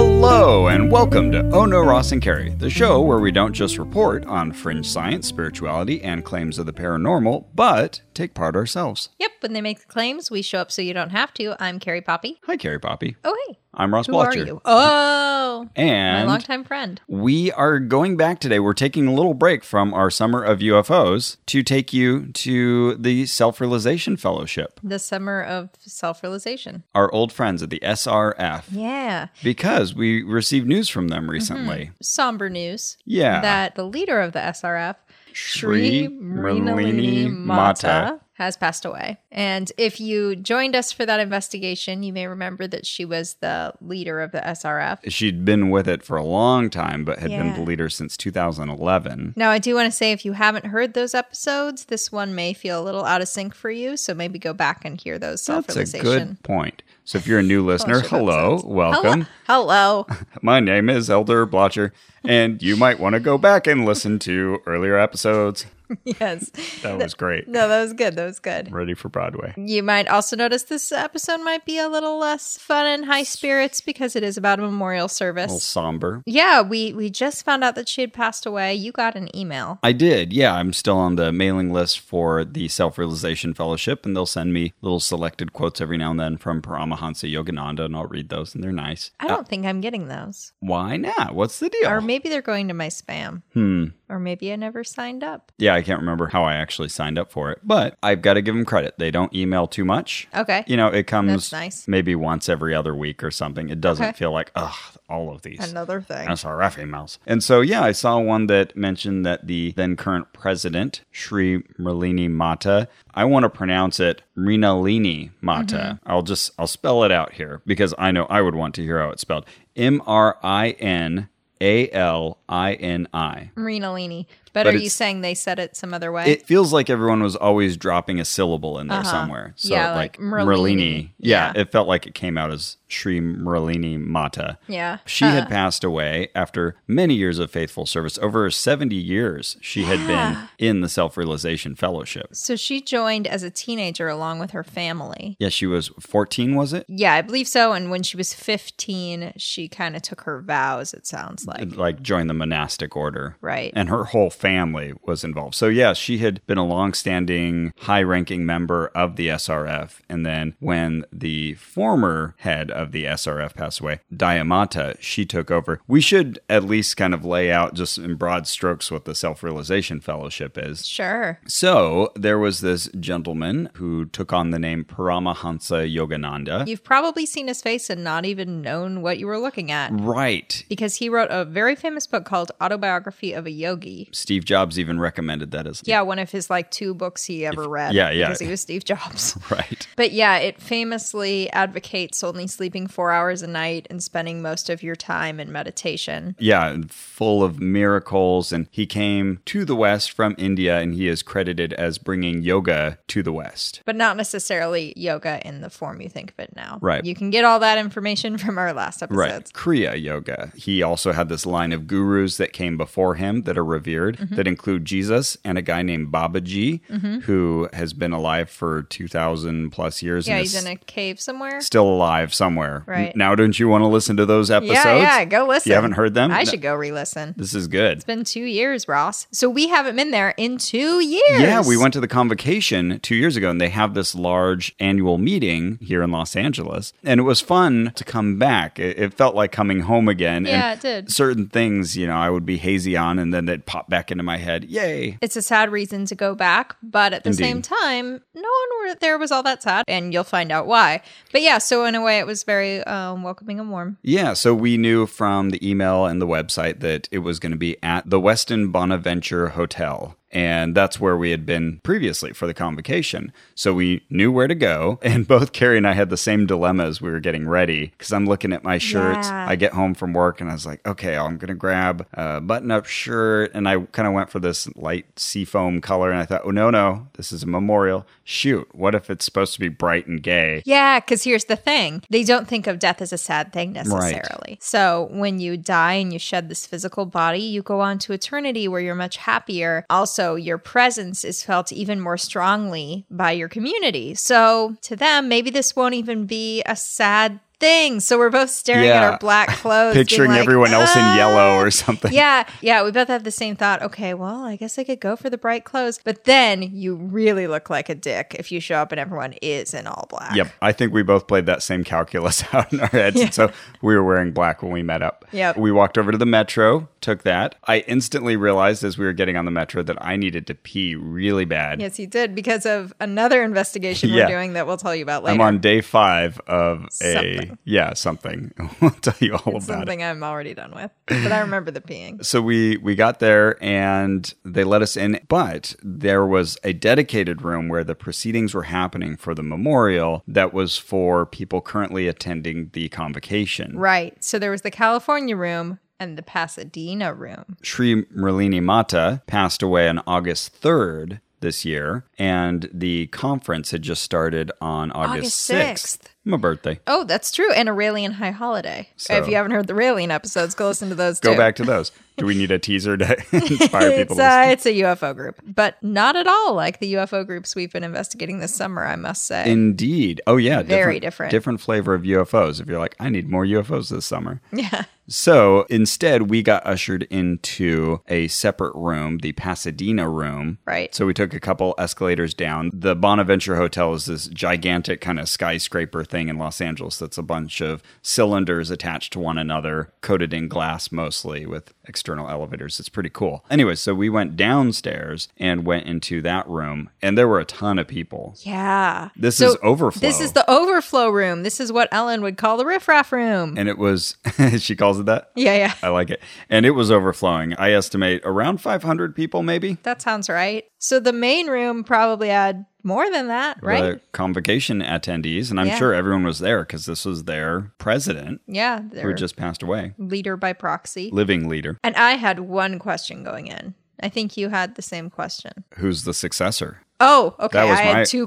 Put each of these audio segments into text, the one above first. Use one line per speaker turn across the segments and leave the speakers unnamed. Hello, and welcome to Oh No Ross and Carrie, the show where we don't just report on fringe science, spirituality, and claims of the paranormal, but take part ourselves.
Yep, when they make the claims, we show up so you don't have to. I'm Carrie Poppy.
Hi, Carrie Poppy.
Oh, hey.
I'm Ross
Who
Blotcher.
are you? Oh, my
And
longtime friend.
we are going back today. We're taking a little break from our Summer of UFOs to take you to the Self Realization Fellowship,
The summer of self realization.
our old friends at the SRF,
Yeah.
because we received news from them recently.
Mm-hmm. Somber news.
Yeah.
That the leader of the SRF,
Sri
Sri Marinalini
Marinalini Mata.
Mata, has passed away. And if you joined us for that investigation, you may remember that she was the leader of the SRF.
She'd been with it for a long time, but had been
Yeah.
the leader since 2011.
Now, I do want to say if you haven't heard those episodes, this one may feel a little out of sync for you. So maybe go back and hear those self
That's a
realization.
good point. So, if you're a new listener,
Fellowship
hello,
episodes.
welcome.
Hello.
My name is Elder Blotcher, and you might want to go back and listen to earlier episodes.
yes.
That was great.
No, that was good. That was good.
Ready for Broadway.
You might also notice this episode might be a little less fun and high spirits because it is about a
A
memorial
little
service.
somber.
Yeah, we we just found out that she had passed away. You got an email.
I did. Yeah, I'm still on the mailing list for the Self Realization Fellowship, and they'll send me little selected quotes every now and then from Paramahansa Yogananda, and I'll read those, and they're nice.
I don't think I'm getting those.
Why not? What's the deal?
Or maybe they're going to my spam.
oh. hmm.
Or maybe I never signed up.
Yeah, I can't remember how I actually signed up for it, but I've got to give them credit. They don't email too much.
Okay.
You know, it comes
That's nice.
maybe once every other week or something. It doesn't
Okay.
feel like, ugh, all of these.
Another thing.
SRF emails. And so, yeah, I saw one that mentioned that the then current president, Sri Merlini Mata, I want to pronounce it Mrinalini Mata.
Mm-hmm.
I'll just, I'll spell it out here because I know I would want to hear how it's spelled. M R I N A L I N I.
Marinalini. But, are you
it's-
saying they said it some other way?
it feels like everyone was always dropping a syllable in there somewhere. So
Uh-huh. Yeah,
like,
like
Merlini.
Merlini.
Yeah,
Yeah.
it felt like it came out as Sri Merlini Mata.
yeah. Uh,
She had passed away after many years of faithful service. Over 70 years she had been in the Self-Realization Fellowship.
So she joined as a teenager along with her family.
Yeah, she was 14, was it?
Yeah, I believe so. And when she was 15, she kind of took her vows, it sounds like.
Like joined the monastic order.
Right.
And her whole family was involved. So, yeah, she had been a longstanding, high ranking member of the SRF. And then when the former head of the SRF passed away, Diamata, she took over. We should at least kind of lay out just in broad strokes what the Self Realization Fellowship is.
Sure.
So, there was this gentleman who took on the name Paramahansa Yogananda.
You've probably seen his face and not even known what you were looking
Mm.
at
right.
because he wrote a very famous book called Autobiography of a Yogi.
Steve Jobs even recommended that as
Yeah, one of his like two books he ever read.
yeah, yeah.
Because he was Steve Jobs.
Right.
But yeah, it famously advocates only sleeping four hours a night and spending most of your time in meditation.
yeah, and full of miracles. And he came to the West from India, and he is credited as bringing yoga to the West.
but not necessarily yoga in the form you think of it now.
Right.
You can get all that information from our last
Right.
episodes.
Kriya Yoga. He also had this line of gurus that came before him that are revered,
Mm-hmm.
that include Jesus and a guy named Babaji, who has been alive for 2,000 plus years
Yeah,
and
he's
is
in a cave somewhere.
still alive somewhere.
Right.
Now, don't you want to listen to those episodes?
Yeah, yeah, go listen.
You haven't heard them?
I
No.
should go re listen. It's
This is good.
been two years, Ross. So we haven't been there in two years.
Yeah, we went to the convocation two years ago, and they have this large annual meeting here in Los Angeles, and it was fun to come back. It, it felt like coming home again.
Yeah,
and
it did.
Certain things, you know, I would be hazy on, and then they'd pop back into my head. Yay!
It's a sad reason to go back, but at the
Indeed.
same time, no one were, there was all that sad, and you'll find out why. But yeah, so in a way, it was very um, welcoming and warm.
Yeah, so we knew from the email and the website that it was going to be at the Weston Bonaventure Hotel. And that's where we had been previously for the convocation. So we knew where to go. And both Carrie and I had the same dilemma as we were getting ready because I'm looking at my shirts.
Yeah.
I get home from work and I was like, okay, I'm going to grab a button up shirt. And I kind of went for this light seafoam color. And I thought, oh, no, no, this is a memorial. Shoot, what if it's supposed to be bright and gay?
Yeah, because here's the thing they don't think of death as a sad thing necessarily. So when you die and you shed this physical body, you go on to eternity where you're much happier. Also, also your presence is felt even more strongly by your community. So to them, maybe this won't even be a sad thing. So we're both staring at
Yeah.
our black clothes, being
Picturing
like,
everyone else in
"Ah."
yellow or something.
Yeah, yeah, we both have the same thought. Okay, well, I guess I could go for the bright clothes, but then you really look like a dick if you show up and everyone is in all black.
Yep. I think we both played that same calculus out in our heads. And so we were wearing black when we met up.
Yep.
We walked over to the metro, took that. I instantly realized as we were getting on the metro that I needed to pee really bad.
Yes, you did because of another investigation
Yeah.
we're doing that we'll tell you about later.
I'm on day five of a
Something.
yeah something. I'll tell you all about it.
Something I'm already done with, but I remember the peeing.
So we we got there and they let us in, but there was a dedicated room where the proceedings were happening for the memorial that was for people currently attending the convocation.
Right. So there was the California room and the Pasadena room.
Sri Merlini Mata passed away on August 3rd this year, and the conference had just started on August,
August
6th. My birthday.
Oh, that's true. And Aurelian High Holiday.
So-
if you haven't heard the Aurelian episodes, go listen to those
Go
too.
back to those. Do we need a teaser to inspire people
It's,
to listen?
uh, it's a UFO group, but not at all like the UFO groups we've been investigating this summer, I must say.
Indeed. Oh, yeah.
Very different.
Different flavor of UFOs. If you're like, I need more UFOs this summer.
yeah.
So instead, we got ushered into a separate room, the Pasadena room.
Right.
So we took a couple escalators down. The Bonaventure Hotel is this gigantic kind of skyscraper thing in Los Angeles that's a bunch of cylinders attached to one another, coated in glass mostly with external elevators. It's pretty cool. Anyway, so we went downstairs and went into that room, and there were a ton of people.
Yeah.
This
So
is overflow.
This is the overflow room. This is what Ellen would call the riffraff room.
And it was, she calls it that?
yeah, yeah.
I like it. And it was overflowing. I estimate around 500 people, maybe.
That sounds right. So the main room probably had more than that, right?
The convocation attendees. And I'm
Yeah.
sure everyone was there because this was their president
Yeah,
who
their
just passed away,
leader by proxy.
living leader.
And I had one question going in. I think you had the same question.
Who's the successor?
Oh, okay.
That was
I
my-
had two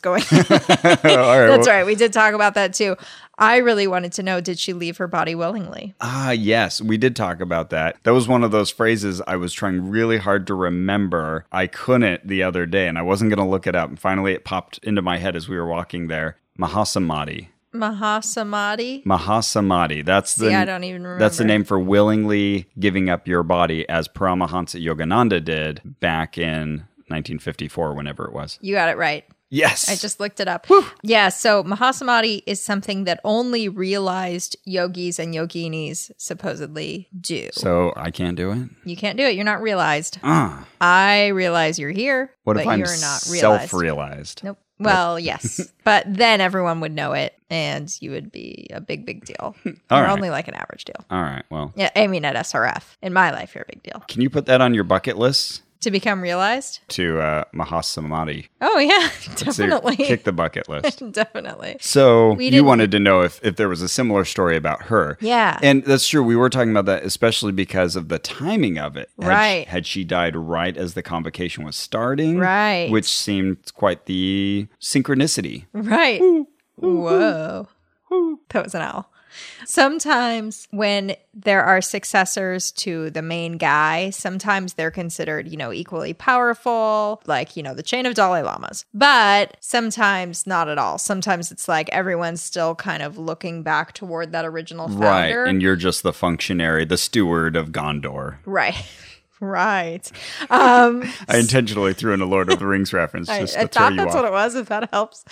going.
All right.
That's
well-
right. We did talk about that too. I really wanted to know did she leave her body willingly?
Ah, yes. We did talk about that. That was one of those phrases I was trying really hard to remember. I couldn't the other day and I wasn't going to look it up. And finally, it popped into my head as we were walking there Mahasamadhi.
Mahasamadhi?
Mahasamadhi. That's the
See, I don't even remember.
That's the name for willingly giving up your body as Paramahansa Yogananda did back in 1954, whenever it was.
You got it right.
Yes.
I just looked it up. Yeah, so Mahasamadhi is something that only realized yogis and yoginis supposedly do.
So I can't do it?
You can't do it. You're not realized.
Ah.
I realize you're here,
What
but
if I'm
you're not realized.
self realized?
Nope. Well, yes, but then everyone would know it, and you would be a big, big deal. you're
right.
only like an average deal.
All right. Well,
Yeah, I mean at SRF. In my life, you're a big deal
can you put that on your bucket list
to become realized.
to uh, Mahasamadhi?
Oh yeah,
So you
definitely,
Kick the bucket list.
definitely.
So
We
you
didn't-
wanted to know if, if there was a similar story about her.
Yeah.
And that's true. We were talking about that, especially because of the timing of it. Had she-
Right.
Had she died right as the convocation was starting?
Right.
Which seemed quite the synchronicity.
Right. Whoa. That was an owl. Sometimes when there are successors to the main guy, sometimes they're considered, you know, equally powerful, like, you know, the chain of Dalai Lamas. But sometimes not at all. Sometimes it's like everyone's still kind of looking back toward that original founder.
Right. And you're just the functionary, the steward of Gondor.
right. right. Um
I intentionally threw in a Lord of the Rings reference
I,
just
I
to throw
thought
you
that's
off.
what it was, if that helps.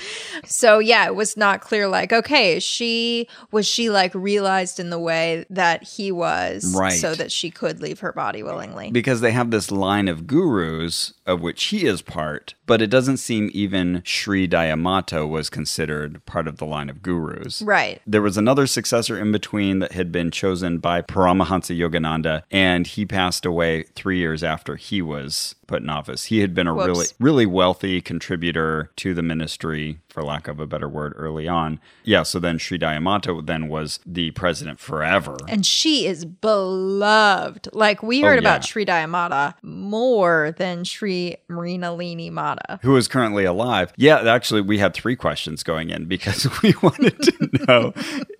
So yeah, it was not clear. Like, okay, is she was she like realized in the way that he was,
Right.
So that she could leave her body willingly.
because they have this line of gurus of which he is part, but it doesn't seem even Sri Diamato was considered part of the line of gurus.
right.
There was another successor in between that had been chosen by Paramahansa Yogananda, and he passed away three years after he was put in office. He had been a
Whoops.
really, really wealthy contributor to the ministry for lack of a better word, early on. Yeah, so then Sri Diamato then was the president forever.
And she is beloved. Like we heard about
Oh, yeah.
Sri Diamata more than Sri Marinalini Mata.
who is currently alive. Yeah, actually, we had three questions going in because we wanted to know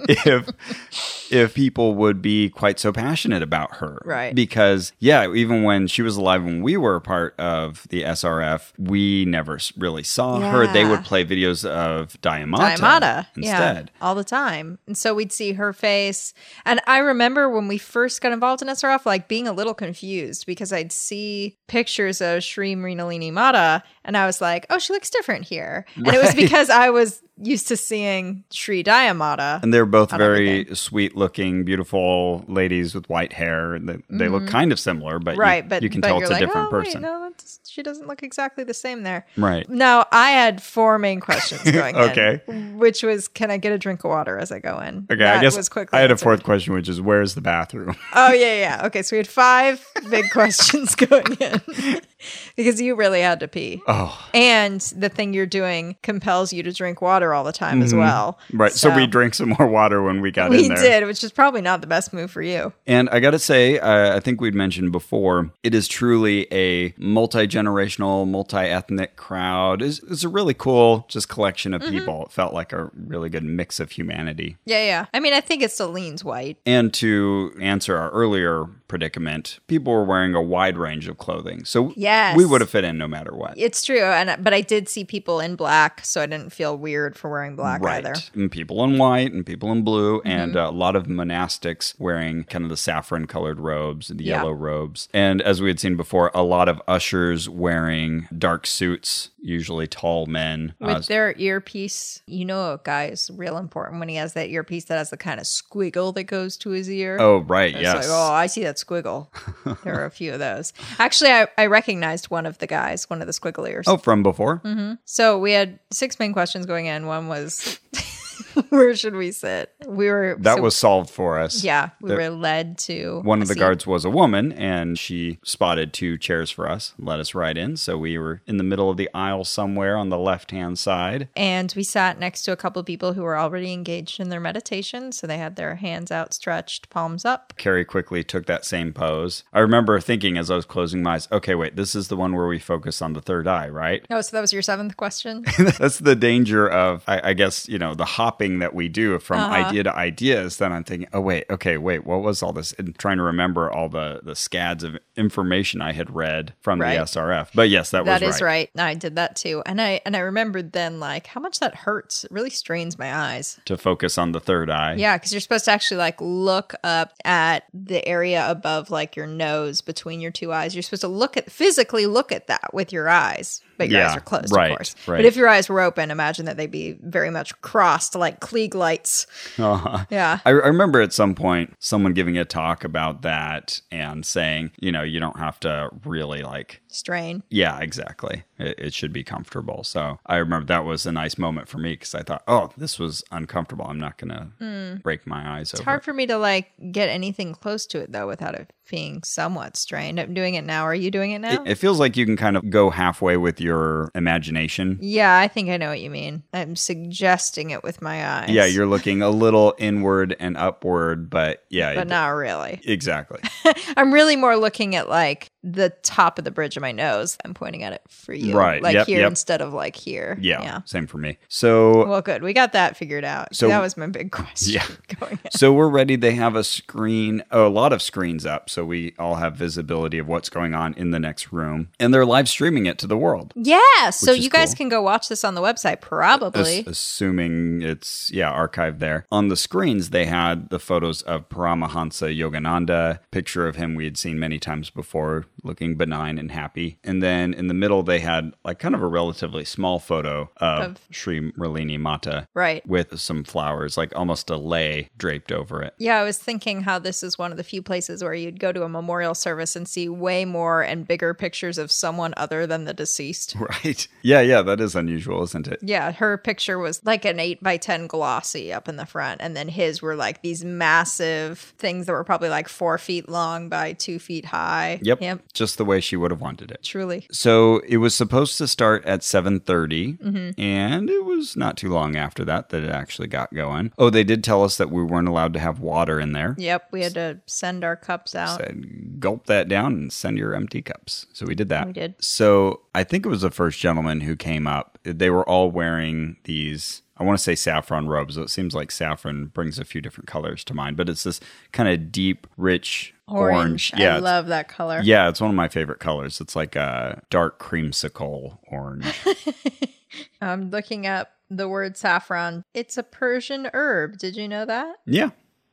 if if people would be quite so passionate about her.
Right.
Because yeah, even when she was alive, when we were a part of the SRF, we never s- really saw her. They
Yeah.
would play videos of Diamata,
Diamata.
instead.
Yeah. All the time. And so we'd see her face. And I remember when we first got involved in SRF, like being a little confused because I'd see pictures of Sri Marinalini Mata and I was like, oh, she looks different here. And it was
Right.
because I was used to seeing Sri Diamata.
And they're both
On
very sweet looking, beautiful ladies with white hair. They, they look kind of similar, but, you-
Mm-hmm. right
you,
but
can
but
tell
you're
it's a
like,
different
"Oh, wait,
person.
no, that's, she doesn't look exactly the same there
Right.
now i had four main questions going
Okay.
in, which was can i get a drink of water as i go in
Okay,
That
I guess
was quickly
I had a
answered.
fourth question, which is where's the bathroom?
oh yeah yeah okay so we had five big questions going in because you really had to pee
Oh,
and the thing you're doing compels you to drink water all the time as well
Mm-hmm. right. So, we drank some more water when we got
we
in there.
did which is probably not the best move for you
And I got to say, uh, I think we'd mentioned before, it is truly a multi generational, multi ethnic crowd. It's, it's a really cool just collection
Mm-hmm.
of people. It felt like a really good mix of humanity.
yeah yeah i mean i think it still leans white
And to answer our earlier predicament, people were wearing a wide range of clothing. So
Yes.
we would have fit in no matter what.
It's true, and but I did see people in black, so I didn't feel weird for wearing black either. Mm-hmm.
And people in white and people in blue, and uh, a lot of monastics wearing kind of the saffron colored robes, the
Yeah.
yellow robes. And as we had seen before, a lot of ushers wearing dark suits, usually tall men. Uh,
With their earpiece, you know, a guy is real important when he has that earpiece that has the kind of squiggle that goes to his ear.
oh, right.
It's
Yes.
like, oh, I see that squiggle. there are a few of those. Actually, I, I recognized one of the guys, one of the squiggle ears.
Oh, from before?
Mm-hmm. So we had six main questions going in. One was, where should we sit? We were
That
so-
was solved for us.
yeah. We were led to
One
a
of the
seat.
guards was a woman, and she spotted two chairs for us, and let us right in. So we were in the middle of the aisle somewhere on the left hand side.
And we sat next to a couple of people who were already engaged in their meditation. So they had their hands outstretched, palms up.
Carrie quickly took that same pose. I remember thinking as I was closing my eyes, okay, wait, this is the one where we focus on the third eye, right?
Oh, so that was your seventh question?
That's the danger of, I, I guess, you know, the hopping that we do from
Uh-huh.
idea to idea. Is then I'm thinking, oh, wait, okay, wait, what was all this? And trying to remember all the, the scads of information I had read from
Right.
the SRF. But yes, that,
That
was
is
right.
right. I did that too. And I and I remembered then like how much that hurts. It really strains my eyes.
To focus on the third eye.
Yeah, because you're supposed to actually like look up at the area above like your nose between your two eyes. You're supposed to look at physically look at that with your eyes, but your
Yeah,
eyes are closed,
right,
of course.
right.
But if your eyes were open, imagine that they'd be very much crossed like Klieg lights. Yeah.
Uh-huh. I, I remember at some point someone giving a talk about that and saying, you know, you don't have to really like
Strain.
Yeah, exactly. It, it should be comfortable. So I remember that was a nice moment for me because I thought, oh, this was uncomfortable. I'm not going to break my eyes
Hmm. It's
over.
hard for me to like get anything close to it though without it being somewhat strained. I'm doing it now. Are you doing it now?
It, it feels like you can kind of go halfway with your imagination.
yeah, I think I know what you mean. I'm suggesting it with my eyes.
Yeah, you're looking a little inward and upward, but yeah.
but
it-
not really.
Exactly.
I'm really more looking at like the top of the bridge of my nose. I'm pointing at it for you.
Right.
Like
Yep,
here
yep.
instead of like here.
Yeah, Same for me. So.
Well, good. We got that figured out. So
So-
that was my big question
Yeah.
going in.
So we're ready. They have a screen, oh, a lot of screens up, so we all have visibility of what's going on in the next room. And they're live streaming it to the world.
Yeah. So
Which is
you guys
cool.
can go watch this on the website, probably.
Ass- assuming it's yeah archived there on the screens they had the photos of paramahansa yogananda picture of him we had seen many times before looking benign and happy and then in the middle they had like kind of a relatively small photo of, sri merlini mata
right.
with some flowers like almost a lay draped over it
Yeah, I was thinking how this is one of the few places where you'd go to a memorial service and see way more and bigger pictures of someone other than the deceased.
right yeah yeah that is unusual isn't it
Yeah, her picture was like an 8 by 10 glossy up in the front. And then his were like these massive things that were probably like four feet long by two feet high.
Yep.
Yep.
just the way she would have wanted it.
Truly.
So it was supposed to start at 7:30
Mm-hmm.
and it was not too long after that that it actually got going. Oh, they did tell us that we weren't allowed to have water in there.
Yep. We had to send our cups out.
Said gulp that down and send your empty cups. So we did that.
We did.
So I think it was the first gentleman who came up. They were all wearing these I want to say saffron robes. though It seems like saffron brings a few different colors to mind, but it's this kind of deep, rich orange. Yeah,
I
it's-
love that color.
yeah, it's one of my favorite colors. It's like a dark creamsicle orange.
I'm looking up the word saffron. It's a Persian herb. Did you know that?
yeah.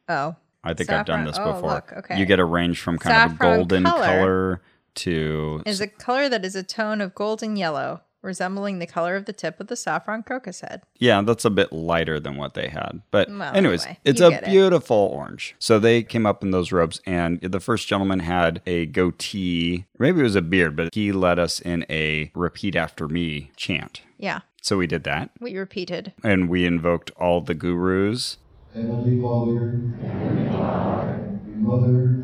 Oh.
I think I've
Saffron.
done this
Oh,
before.
look, okay.
You get a range from kind of
Saffron
a golden
color.
color, to
Is a color that is a tone of golden yellow, resembling the color of the tip of the saffron crocus head.
yeah, that's a bit lighter than what they had. But
Well,
anyways,
anyway,
it's
you
a
get it.
beautiful orange. So they came up in those robes and the first gentleman had a goatee. Maybe it was a beard, but he led us in a repeat after me chant.
Yeah.
So we did that
We repeated.
and we invoked all the gurus
Heavenly Father, Mother,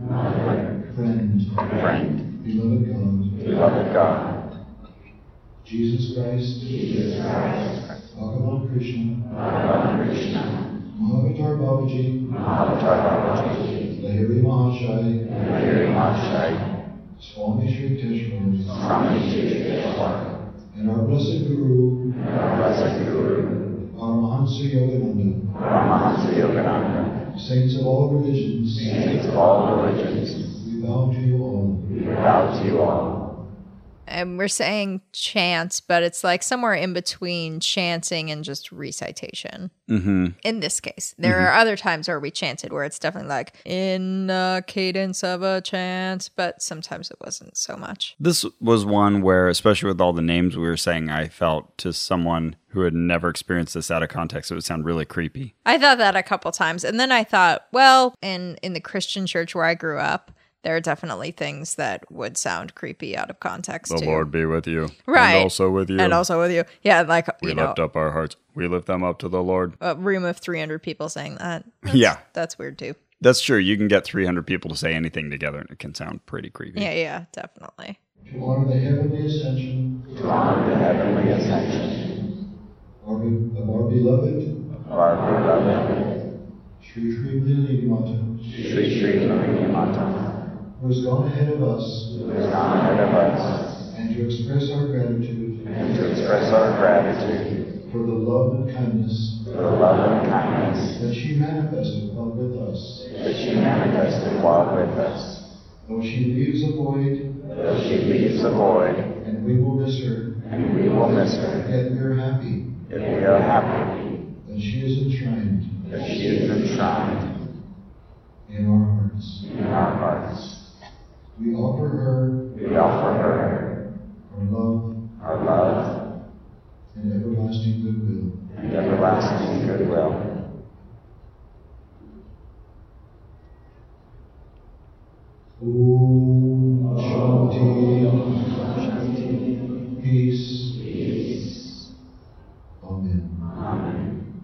Friend, Beloved God, Jesus Christ, Bhagavan Krishna, Mahavatar Babaji, Lahiri Mahashai, Swami Sri Teshwar, and our blessed Guru, Paramahansa Yogananda. Saints of all religions. We bow to you all.
And we're saying chant, but it's like somewhere in between chanting and just recitation. Mm-hmm. In this case, there
Mm-hmm.
are other times where we chanted where it's definitely like in a cadence of a chant, but sometimes it wasn't so much.
This was one where, especially with all the names we were saying, I felt to someone who had never experienced this out of context, it would sound really creepy.
I thought that a couple times. And then I thought, well, in in the Christian church where I grew up, there are definitely things that would sound creepy out of context too.
be with you.
Right.
with you.
And also with you. Yeah, like you know,
up our hearts. We lift them up to the Lord.
a room of 300 people saying that. That's,
Yeah.
That's weird too.
That's true. You can get 300 people to say anything together and it can sound pretty creepy.
Yeah, yeah, definitely.
To honor the heavenly ascension. To honor the heavenly ascension. Of our beloved. Sri Sri Lili Mata. Who has gone ahead of us. And to express our gratitude. For the love and kindness. That she manifested while with us. Though she leaves a void. And we will miss her. Yet we are happy. that she is enshrined in our hearts. We offer her our love
Our love
and everlasting goodwill.
and everlasting goodwill.
Om Shanti. Peace. Amen.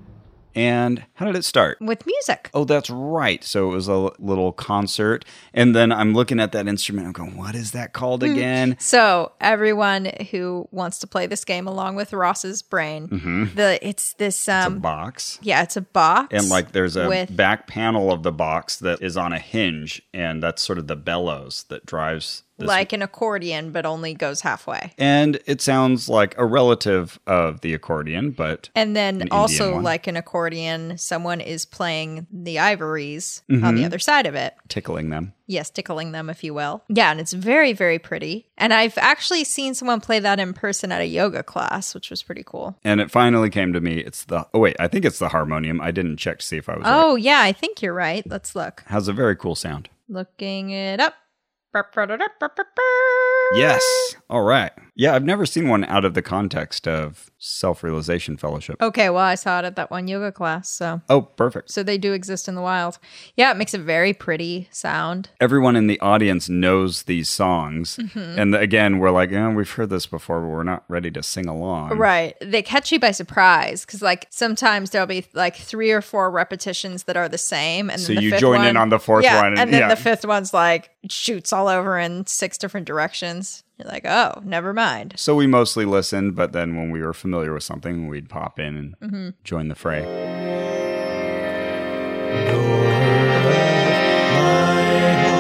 And how did it start?
With music.
Oh, that's right. So it was a little concert. And then I'm looking at that instrument. I'm going, what is that called
Hmm.
again?
So everyone who wants to play this game along with Ross's brain, the it's this
Mm-hmm. It's a
um
box.
yeah, it's a box.
and like there's a
with-
back panel of the box that is on a hinge and that's sort of the bellows that drives this
like an accordion, but only goes halfway.
and it sounds like a relative of the accordion but
And then
Indian
also,
one.
like an accordion, someone is playing the ivories on
Mm-hmm.
the other side of it.
tickling them
Yes, tickling them, if you will. Yeah, and it's very, very pretty. And I've actually seen someone play that in person at a yoga class, which was pretty cool.
and it finally came to me it's the oh wait i think it's the harmonium i didn't check to see if i was right.
Oh, yeah, I think you're right. Let's look.
has a very cool sound
Looking it up.
yes all right Yeah, I've never seen one out of the context of self realization fellowship.
Okay, well, I saw it at that one yoga class, so
Oh, perfect.
so they do exist in the wild. Yeah, it makes a very pretty sound.
Everyone in the audience knows these songs. And again, we're like, eh, we've heard this before, but we're not ready to sing along.
Right. They catch you by surprise because, like, sometimes there'll be like three or four repetitions that are the same, and
So
then the
you
fifth
join in
one-
on the fourth
yeah,
one, and-
and, then
yeah.
the fifth one's like shoots all over in six different directions. You're like, oh, never mind.
So we mostly listened, but then when we were familiar with something, we'd pop in and join the fray.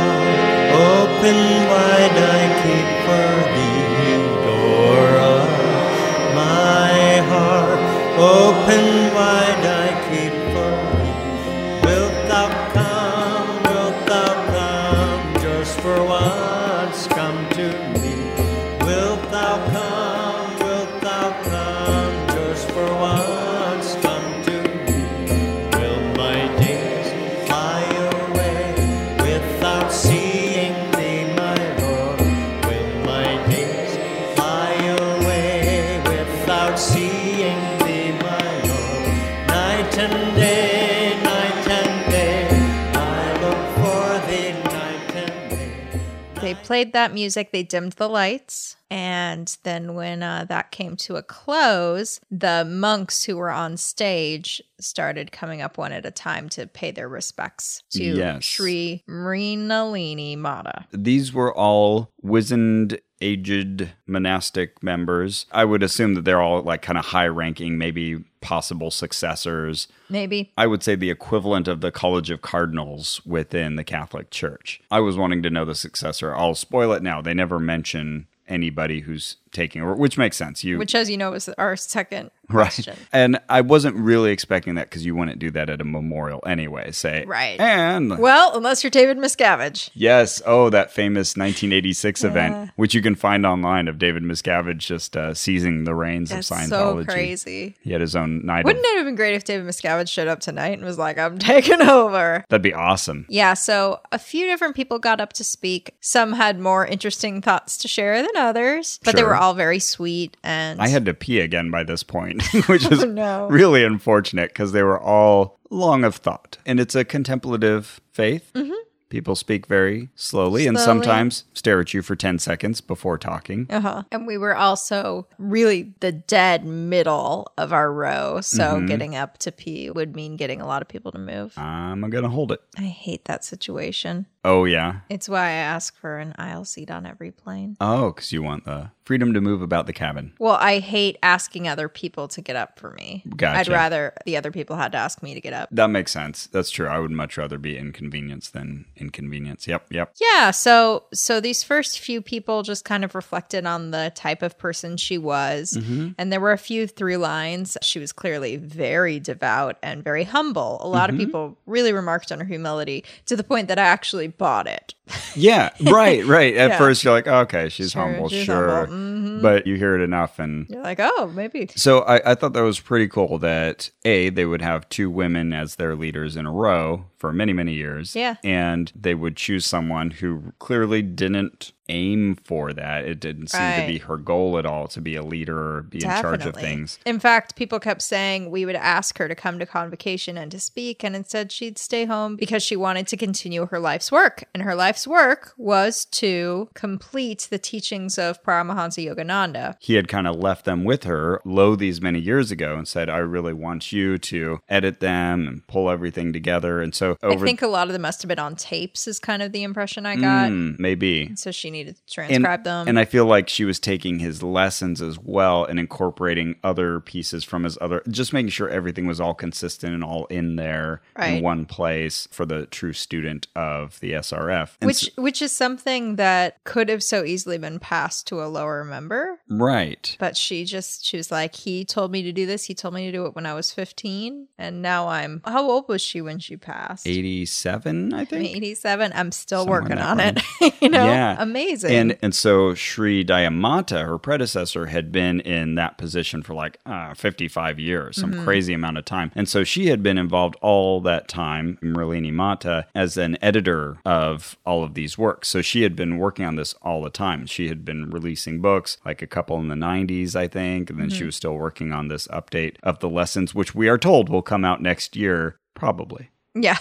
Open wide I keep for thee, Dora. My heart, open wide I keep for thee. Wilt thou come, wilt thou come, just for once come to me. Wilt thou come, wilt thou come, just for once come to me. Will my days fly away without seeing thee, my Lord? Will my days fly away without seeing thee, my Lord? Night and day, night and day, I look for thee, night and day.
They played that music, they dimmed the lights. And then, when uh, that came to a close, the monks who were on stage started coming up one at a time to pay their respects to
Yes.
Sri Mrinalini Mata.
These were all wizened, aged monastic members. I would assume that they're all like kind of high ranking, maybe possible successors.
Maybe.
I would say the equivalent of the College of Cardinals within the Catholic Church. I was wanting to know the successor. I'll spoil it now. They never mention anybody who's taking over, which makes sense. You
Which, as you know, was our second
Right.
question.
And I wasn't really expecting that because you wouldn't do that at a memorial anyway. Say,
Right.
And
Well, unless you're David Miscavige.
yes, oh, that famous 1986 event, which you can find online of David Miscavige just uh, seizing the reins
That's
of
so
Scientology.
crazy.
He had his own night. of-
Wouldn't it have been great if David Miscavige showed up tonight and was like, I'm taking over?
That'd be awesome.
Yeah, so a few different people got up to speak. Some had more interesting thoughts to share than others, but they
Sure.
were all very sweet and
I had to pee again by this point, which is
Oh, no.
really unfortunate because they were all long of thought. And it's a contemplative faith. Mm-hmm. People speak very slowly, and
Slowly.
sometimes stare at you for 10 seconds before talking.
uh-huh. and we were also really the dead middle of our row, so
Mm-hmm.
getting up to pee would mean getting a lot of people to move.
I'm going to hold it.
I hate that situation.
Oh, yeah.
It's why I ask for an aisle seat on every plane.
Oh, because you want the freedom to move about the cabin.
Well, I hate asking other people to get up for me. I'd
Gotcha.
rather the other people had to ask me to get up.
That makes sense. That's true. I would much rather be inconvenienced than inconvenience. Yep, yep.
Yeah, so so these first few people just kind of reflected on the type of person she was. And there were a few through lines. She was clearly very devout and very humble. A lot of people really remarked on her humility to the point that I actually bought it.
Yeah, right, right. At
Yeah.
first, you're like, okay, she's
Sure,
humble,
she's
sure.
humble. Mhm.
But you hear it enough, and
You're like, "Oh, maybe."
So I, I thought that was pretty cool that A, they would have two women as their leaders in a row for many, many years.
Yeah.
And they would choose someone who clearly didn't aim for that. It didn't seem to
Right.
be her goal at all to be a leader or be in charge of things.
In fact, people kept saying we would ask her to come to convocation and to speak, and instead she'd stay home because she wanted to continue her life's work. And her life's work was to complete the teachings of Paramahansa Yogananda.
He had kind of left them with her low these many years ago and said, I really want you to edit them and pull everything together. And so over
I think a lot of them must have been on tapes, is kind of the impression I got.
Hmm, maybe.
So she needed to
and,
transcribe them.
and I feel like she was taking his lessons as well and incorporating other pieces from his other, just making sure everything was all consistent and all in there
Right.
in one place for the true student of the SRF. And
which
s-
which is something that could have so easily been passed to a lower member.
right.
But she just, she was like, he told me to do this. He told me to do it when I was 15. And now I'm, how old was she when she passed?
87, I
I'm
think.
87. I'm still
Somewhere in
working
that
on it. you know,
Yeah.
amazing.
And and so Sri Diamata, her predecessor, had been in that position for like uh, 55 years, some crazy amount of time. And so she had been involved all that time, Merlini Mata, as an editor of all all of these works. So she had been working on this all the time. She had been releasing books, like a couple in the 90s, I think, and then she was still working on this update of the lessons, which we are told will come out next year, probably.
Yeah.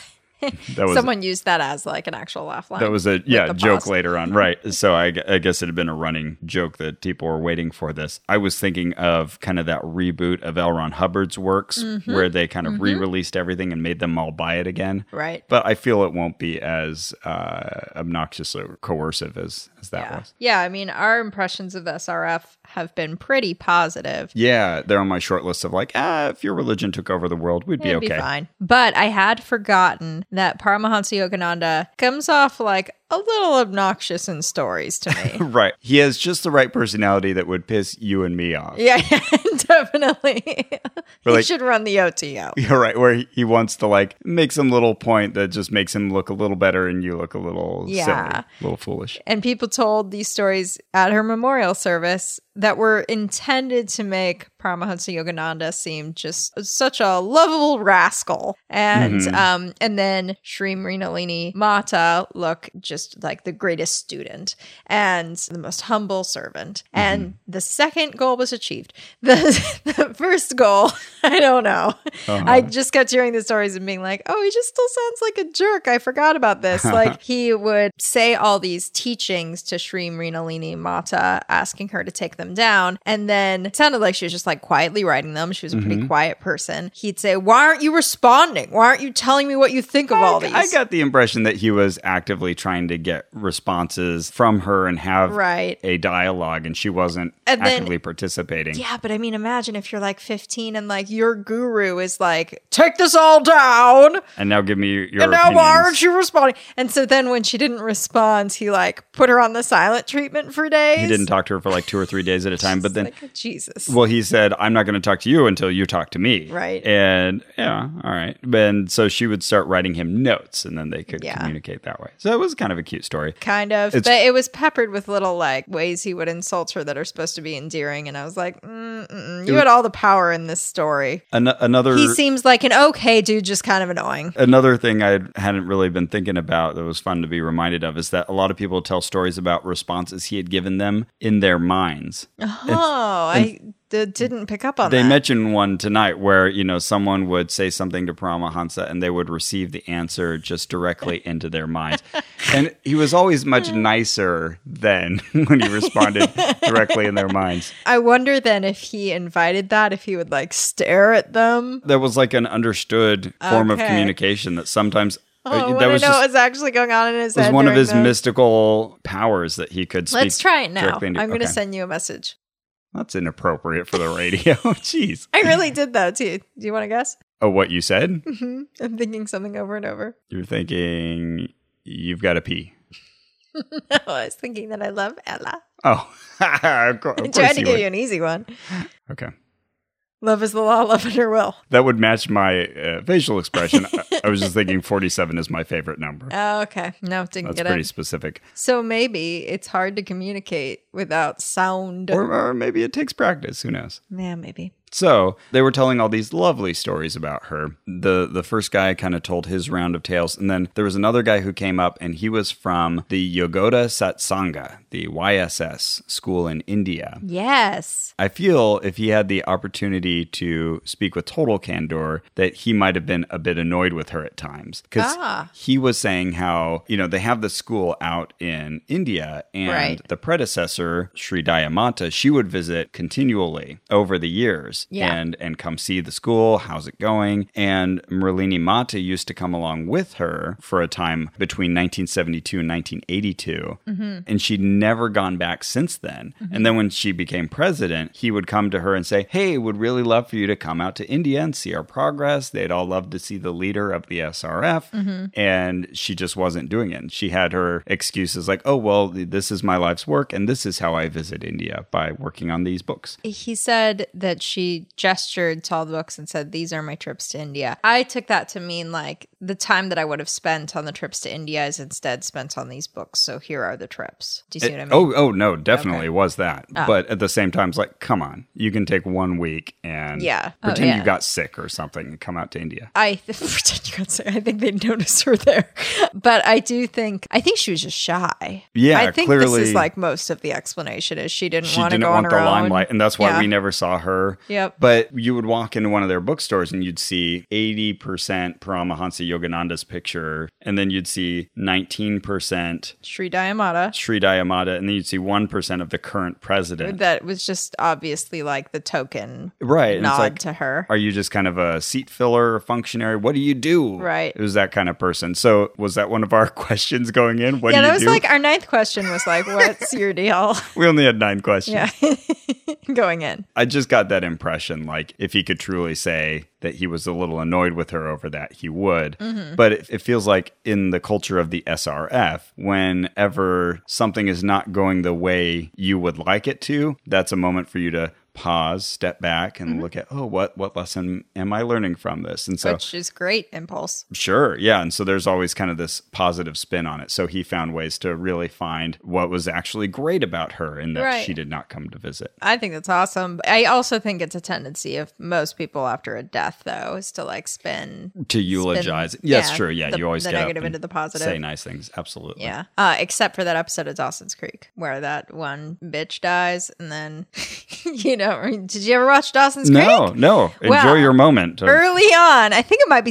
That was
Someone used that as like an actual laugh line.
that was a yeah
the
joke
pause.
later on, right? So I, gu- I guess it had been a running joke that people were waiting for this. I was thinking of kind of that reboot of L. Ron Hubbard's works,
Mm-hmm.
where they kind of re-released everything and made them all buy it again.
right.
But I feel it won't be as uh, obnoxious or coercive as as that
yeah.
was.
Yeah, I mean, our impressions of the SRF have been pretty positive.
Yeah, they're on my short list of like, ah, if your religion took over the world, we'd be
It'd
okay.
be fine. But I had forgotten that Paramahansa Yogananda comes off like a little obnoxious in stories to me.
Right. He has just the right personality that would piss you and me off.
yeah, definitely. he
like-
should run the OTO.
You're right, where he- he wants to like make some little point that just makes him look a little better and you look a little
Yeah.
silly, a little foolish.
And people told these stories at her memorial service that were intended to make Paramahansa Yogananda seem just such a lovable rascal. And um, and then Sri Mrinalini Mata look just like the greatest student and the most humble servant. And the second goal was achieved. The, the first goal, I don't know.
Uh-huh.
I just kept hearing the stories and being like, oh, he just still sounds like a jerk. I forgot about this. like he would say all these teachings to Sri Mrinalini Mata, asking her to take them down. And then it sounded like she was just like quietly writing them. She was a
Mm-hmm.
pretty quiet person. He'd say, Why aren't you responding? Why aren't you telling me what you think of all these?
I got the impression that he was actively trying to get responses from her and have
Right.
a dialogue, and she wasn't
And then-
actively participating.
Yeah, but I mean, imagine if you're like 15 and like your guru is like, take this all down.
And now give me your.
And now why aren't
opinions.
you responding? And so then when she didn't respond, he like put her on the silent treatment for days.
He didn't talk to her for like two or three days at a time, but then.
Like, oh, Jesus.
well, he said, I'm not going to talk to you until you talk to me.
Right.
And yeah, all right. And so she would start writing him notes and then they could
Yeah.
communicate that way. So it was kind of a cute story.
kind of.
It's-
But it was peppered with little like ways he would insult her that are supposed to be endearing. And I was like, mm, mm, you had all the power in this story.
An- another.
He seems like an okay dude, just kind of annoying.
another thing I hadn't really been thinking about that was fun to be reminded of is that a lot of people tell stories about responses he had given them in their minds.
Oh, I d- didn't pick up on
They
that.
mentioned one tonight where, you know, someone would say something to Paramahansa and they would receive the answer just directly into their minds. And he was always much nicer then when he responded directly in their minds.
I wonder then if he invited that, if he would like stare at them.
There was like an understood form of
Okay.
communication that sometimes
Oh, I
Uh, that
want
was
to know
just
what was actually going on in his
was
head.
one of
during
his
the-
mystical powers that he could speak.
Let's try it now.
directly into-
I'm going to
okay.
send you a message.
That's inappropriate for the radio. Jeez.
I really did though too. Do you want to guess? Mm-hmm.
Oh, what you said?
I'm thinking something over and over.
You're thinking you've got to pee.
I was thinking that I love Ella.
Oh, of cour- of
I
course
tried to
you
give
would.
you an easy one.
Okay.
Love is the law. Love and her will.
That would match my uh, facial expression. I, I was just thinking 47 is my favorite number.
Oh, okay. No, didn't
That's
get
pretty
it.
specific.
So maybe it's hard to communicate without sound.
Or, or maybe it takes practice. Who knows?
yeah, maybe.
So they were telling all these lovely stories about her. The the first guy kind of told his round of tales, and then there was another guy who came up, and he was from the Yogoda Satsanga, the YSS school in India.
Yes.
I feel if he had the opportunity to speak with total candor, that he might have been a bit annoyed with her at times. Because
Ah.
he was saying how, you know, they have the school out in India, and
Right.
the predecessor, Sri Diamanta, she would visit continually over the years
Yeah.
and, and come see the school, how's it going. And Merlini Mata used to come along with her for a time between 1972 and 1982 and she'd never gone back since then. And then when she became president, he would come to her and say, Hey, would really love for you to come out to India and see our progress. They'd all love to see the leader of the SRF. And she just wasn't doing it. And she had her excuses like, Oh, well, th- this is my life's work, and this is how I visit India by working on these books.
He said that she gestured to all the books and said, These are my trips to India. I took that to mean like the time that I would have spent on the trips to India is instead spent on these books. So here are the trips. Do you see what I mean?
Oh, oh no, definitely
Okay. Oh.
was that. But at the same time, it's like, come on, you can take one week and
Yeah. Oh,
pretend
yeah.
you got sick or something and come out to India.
I th- pretend you can't say. I think they noticed her there, but I do think I think she was just shy.
Yeah,
I think this
clearly-
is like most of the explanation is she didn't
She
want to
didn't
go
want
on
the
her own.
limelight, and that's why
Yeah.
we never saw her.
Yep.
But you would walk into one of their bookstores and you'd see 80% Paramahansa Yogananda's picture, and then you'd see 19%
Sri Diamata.
Sri Dayamada, and then you'd see 1% of the current president.
That was just obviously like the token
right. And it's
nod
like,
to her.
are you just kind of a seat filler or functionary? What do you do?
Right.
It was that kind of person. So was that one of our questions going in? What
yeah,
do you
that was
do?
like our ninth question was like, "What's your deal?"
we only had nine questions.
yeah, going in.
I just got that impression. Like, if he could truly say that he was a little annoyed with her over that, he would.
Mm-hmm.
But it, it feels like in the culture of the SRF, whenever something is not going the way you would like it to, that's a moment for you to pause, step back, and look at, oh, what what lesson am I learning from this? And so,
Mm-hmm. Which is great impulse.
Sure. Yeah. And so there's always kind of this positive spin on it. So he found ways to really find what was actually great about her in that
Right.
she did not come to visit.
I think that's awesome. I also think it's a tendency of most people after a death, though, is to like spin
To eulogize.
yeah,
yes, sure. Yeah.
the-
you always
the
get up
negative
and
into the positive.
Say nice things. Absolutely.
Yeah. Uh, except for that episode of Dawson's Creek where that one bitch dies and then, you know, did you ever watch Dawson's
No,
Creek?
no.
Well, er
Enjoy your moment. of-
Early on, I think it might be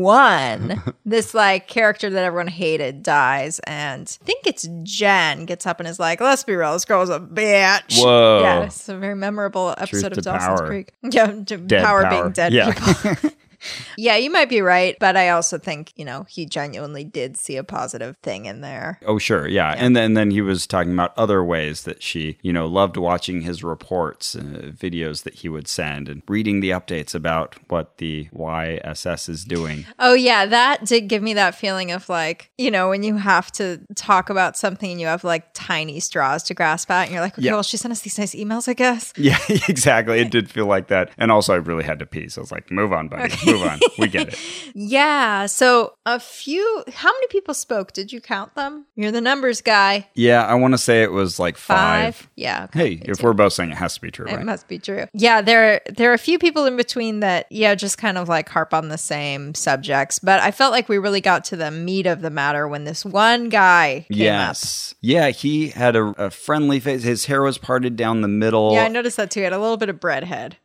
one, this like character that everyone hated dies. And I think it's Jen gets up and is like, let's be real, this girl's a bitch.
Whoa.
Yeah, it's a very memorable episode of
to
Dawson's
power.
Creek. Yeah, to
Dead
power,
power.
being dead
Yeah.
people. yeah, you might be right. But I also think, you know, he genuinely did see a positive thing in there.
Oh, sure. Yeah. And then, then he was talking about other ways that she, you know, loved watching his reports, uh, videos that he would send, and reading the updates about what the YSS is doing.
Oh yeah, that did give me that feeling of like, you know, when you have to talk about something and you have like tiny straws to grasp at and you're like, okay,
Yeah.
well, she sent us these nice emails, I guess.
Yeah, exactly. It did feel like that. And also, I really had to pee. So I was like, move on, buddy. Move on. We get it.
Yeah. So a few how many people spoke? Did you count them? You're the numbers guy.
Yeah, I want to say it was like five.
Yeah. okay,
Hey,
me
if
too.
we're both saying it has to be true,
It
right?
must be true. Yeah, there there are a few people in between that yeah, just kind of like harp on the same subjects, but I felt like we really got to the meat of the matter when this one guy came up.
yes. Yeah, he had a, a friendly face. His hair was parted down the middle.
Yeah, I noticed that too. He had a little bit of bread head.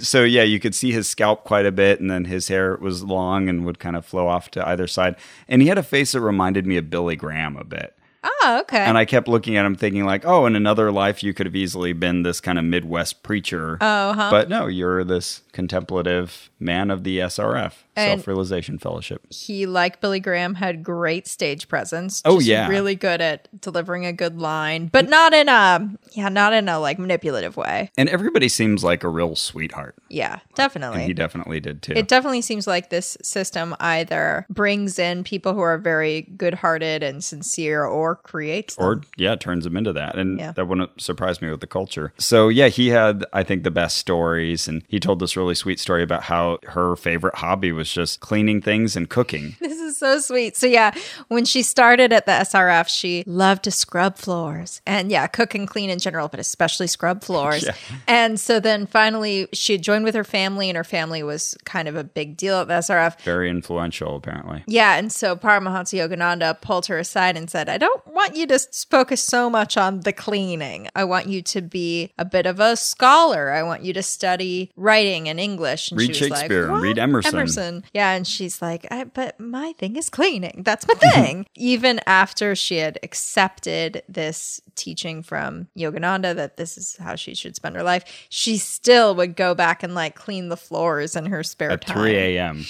so yeah, you could see his scalp quite a bit, and then his hair was long and would kind of flow off to either side. And he had a face that reminded me of Billy Graham a bit.
Oh, okay.
And I kept looking at him, thinking like, "Oh, in another life, you could have easily been this kind of Midwest preacher."
Oh, huh.
But no, you're this contemplative man of the SRF,
And-
Self Realization Fellowship.
he, like Billy Graham, had great stage presence.
Oh,
Just
yeah.
really good at delivering a good line, but not in a yeah, not in a like manipulative way.
And everybody seems like a real sweetheart.
Yeah,
And he
definitely.
definitely did too.
It definitely seems like this system either brings in people who are very good-hearted and sincere, or creates them.
or yeah, turns him into that. And
Yeah.
that wouldn't surprise me with the culture. So yeah, he had I think the best stories and he told this really sweet story about how her favorite hobby was just cleaning things and cooking.
This is so sweet. So yeah, when she started at the SRF, she loved to scrub floors and yeah, cook and clean in general, but especially scrub floors.
Yeah.
And so then finally she had joined with her family and her family was kind of a big deal at the SRF.
Very influential apparently.
Yeah, and so Paramahansa Yogananda pulled her aside and said, I don't want you to s- focus so much on the cleaning. I want you to be a bit of a scholar. I want you to study writing and English. And
Read Shakespeare and
"What?
read Emerson."
Emerson. Yeah, and she's like, I, but my thing is cleaning. That's my
Mm-hmm.
thing. Even after she had accepted this teaching from Yogananda that this is how she should spend her life, she still would go back and like clean the floors in her spare
At
time.
3 a.m.,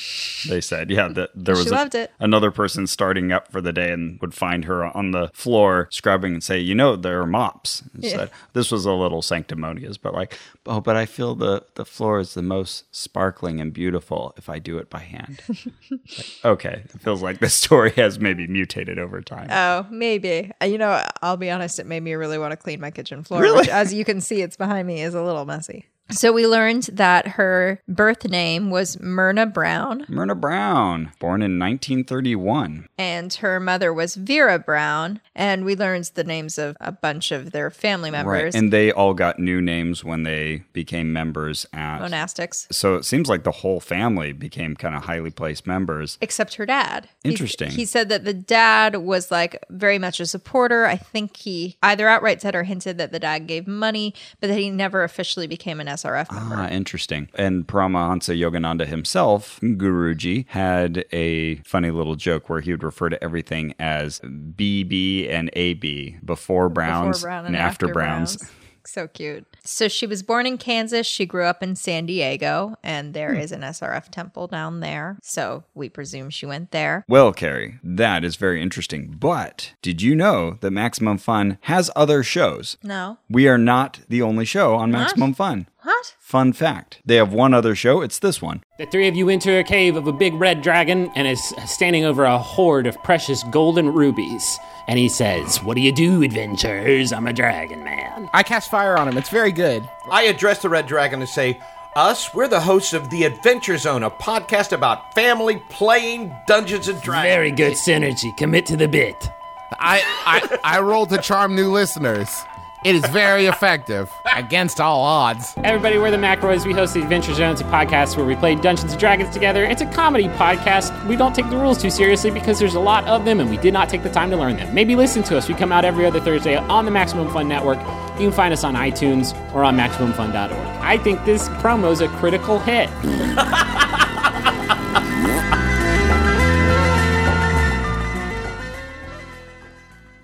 they said. Yeah, that there
She
was
loved it.
another person starting up for the day and would find her on the floor scrubbing and say, You know, there are mops. And
Yeah.
said, this was a little sanctimonious, but like, Oh, but I feel the, the floor is the most sparkling and beautiful if I do it by hand. Like, okay. It feels like this story has maybe mutated over time.
Oh, maybe. Uh, You know, I'll be honest, it made me really want to clean my kitchen floor.
Really?
Which, as you can see, it's behind me is a little messy. So we learned that her birth name was Myrna Brown
Myrna Brown, born in 1931.
and her mother was Vera Brown. And we learned the names of a bunch of their family
Right.
members.
And they all got new names when they became members at.
monastics,
so it seems like the whole family became kind of highly placed members.
except her dad. He-
Interesting.
He, said that the dad was like very much a supporter. I think he either outright said or hinted that the dad gave money, but that he never officially became an SRF member.
Ah, interesting. And Paramahansa Yogananda himself, Guruji, had a funny little joke where he would refer to everything as BB and AB, before Browns
Before Brown
and, after, Browns.
So cute. So she was born in Kansas. She grew up in San Diego, and there
Hmm.
is an SRF temple down there. So we presume she went there.
Well, Carrie, that is very interesting. But did you know that Maximum Fun has other shows?
No.
We are not the only show on Maximum Fun.
What?
Fun fact. They have one other show. It's this one.
The three of you enter a cave of a big red dragon and is standing over a hoard of precious golden rubies. And he says, What do you do, adventurers? I'm a dragon man.
I cast fire on him. It's very good.
I address the Red Dragon and say, Us, we're the hosts of The Adventure Zone, a podcast about family playing Dungeons and Dragons.
Very good synergy. Commit to the bit.
I I, I roll to charm new listeners. It is very effective against all odds.
Everybody, we're the Macroids. We host the Adventure Zones, a podcast where we play Dungeons and Dragons together. It's a comedy podcast. We don't take the rules too seriously because there's a lot of them and we did not take the time to learn them. Maybe listen to us. We come out every other Thursday on the Maximum Fun Network. You can find us on iTunes or on MaximumFun.org. I think this promo is a critical hit.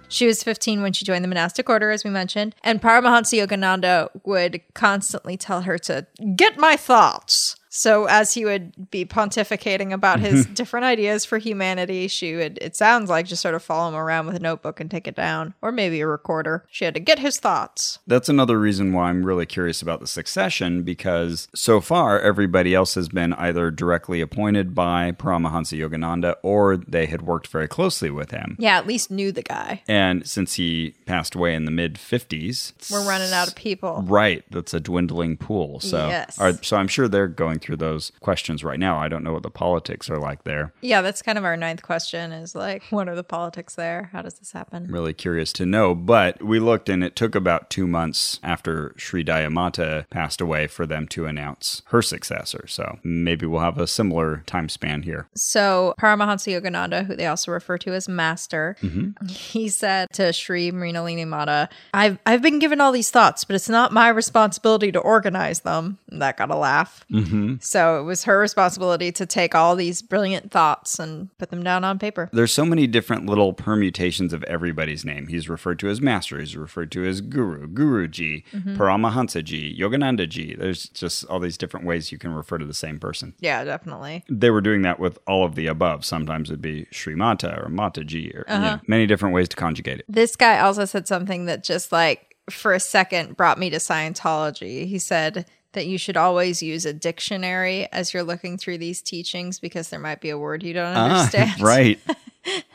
She was 15 when she joined the monastic order, as we mentioned. And Paramahansa Yogananda would constantly tell her to get my thoughts. So, as he would be pontificating about his different ideas for humanity, she would, it sounds like, just sort of follow him around with a notebook and take it down, or maybe a recorder. She had to get his thoughts.
That's another reason why I'm really curious about the succession because so far everybody else has been either directly appointed by Paramahansa Yogananda or they had worked very closely with him.
Yeah, at least knew the guy.
And since he passed away in the mid 50s,
We're running out of people.
Right, that's a dwindling pool. So,
Yes.
are- so I'm sure they're going through those questions right now. I don't know what the politics are like there.
Yeah, that's kind of our ninth question is like, what are the politics there? How does this happen?
really curious to know. But we looked, and it took about two months after Sri Diamata passed away for them to announce her successor. So maybe we'll have a similar time span here.
So Paramahansa Yogananda, who they also refer to as Master, he said to Sri Mrinalini Mata, I've, I've been given all these thoughts, but it's not my responsibility to organize them. And That got a laugh. Mm-hmm. So it was her responsibility to take all these brilliant thoughts and put them down on paper.
There's so many different little permutations of everybody's name. He's referred to as Master. He's referred to as Guru, Guruji, Paramahansaji, Yoganandaji. There's just all these different ways you can refer to the same person.
Yeah, definitely.
They were doing that with all of the above. Sometimes it'd be Sri Mata or Mataji or you know, many different ways to conjugate it.
This guy also said something that just like for a second brought me to Scientology. He said that you should always use a dictionary as you're looking through these teachings because there might be a word you don't
Ah,
understand.
right.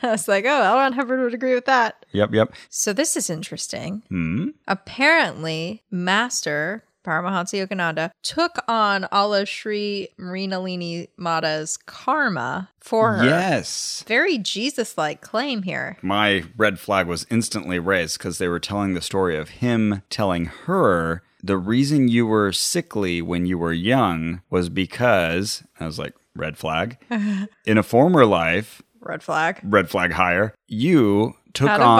I was like, oh, L. Ron Hubbard would agree with that.
Yep, yep.
So this is interesting.
Hmm?
Apparently, Master Paramahansa Yogananda took on all of Sri Marinalini Mata's karma for her.
Yes.
Very Jesus like claim here.
My red flag was instantly raised because they were telling the story of him telling her the reason you were sickly when you were young was because I was like, red flag. In a former life,
Red flag.
red flag higher, you took
Had a
on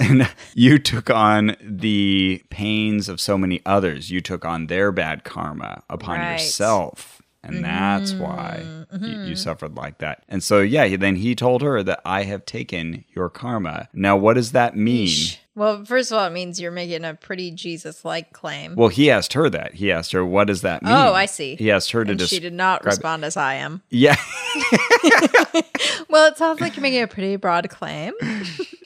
and you took on the pains of so many others. You took on their bad karma upon
Right. Mm-hmm.
yourself. And that's why you, you suffered like that. And so, yeah, he- then he told her that I have taken your karma. Now, what does that mean?
Well, first of all, it means you're making a pretty Jesus like claim.
Well, he asked her that. He asked her, what does that mean?
Oh, I see.
He asked her to
and
just.
she did not respond as I am.
Yeah.
Well, it sounds like you're making a pretty broad claim.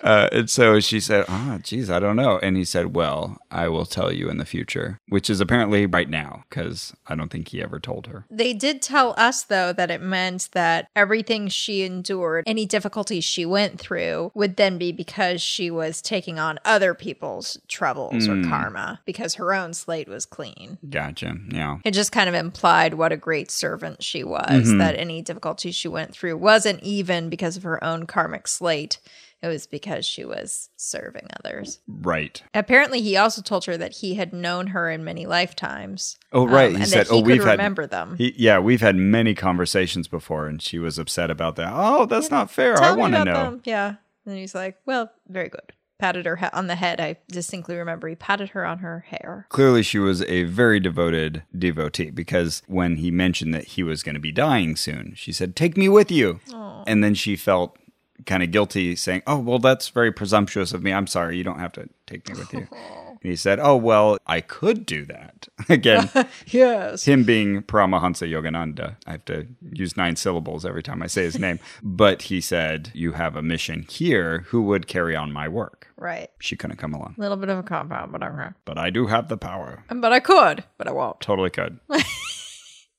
Uh, and so she said, ah, geez, I don't know. And he said, well, I will tell you in the future, which is apparently right now, because I don't think he ever told her.
They did tell us, though, that it meant that everything she endured, any difficulties she went through, would then be because she was taking on other people's troubles
Hmm.
or karma because her own slate was clean.
Gotcha. Yeah.
It just kind of implied what a great servant she was,
Mm-hmm.
that any difficulty she went through wasn't even because of her own karmic slate. It was because she was serving others.
Right.
Apparently, he also told her that he had known her in many lifetimes.
Oh, right.
um,
he
and
said,
that he
"Oh,
could
we've had
remember them.
He, yeah, we've had many conversations before, and she was upset about that. Oh, that's not fair. I
Tell me
want to
about
know.
them. Yeah. And he's like, well, very good. Patted her he- on the head. I distinctly remember he patted her on her hair.
Clearly, she was a very devoted devotee because when he mentioned that he was going to be dying soon, she said, "Take me with you." And then she felt kind of guilty, saying, "Oh, well, that's very presumptuous of me. I'm sorry. You don't have to take me with you." And he said, "Oh, well, I could do that." Again,
Yes.
him being Paramahansa Yogananda. I have to use nine syllables every time I say his name. But he said, You have a mission here. Who would carry on my work?
Right.
She couldn't come along.
A little bit of a compound, but okay.
But I do have the power.
But I could, but I won't.
Totally could.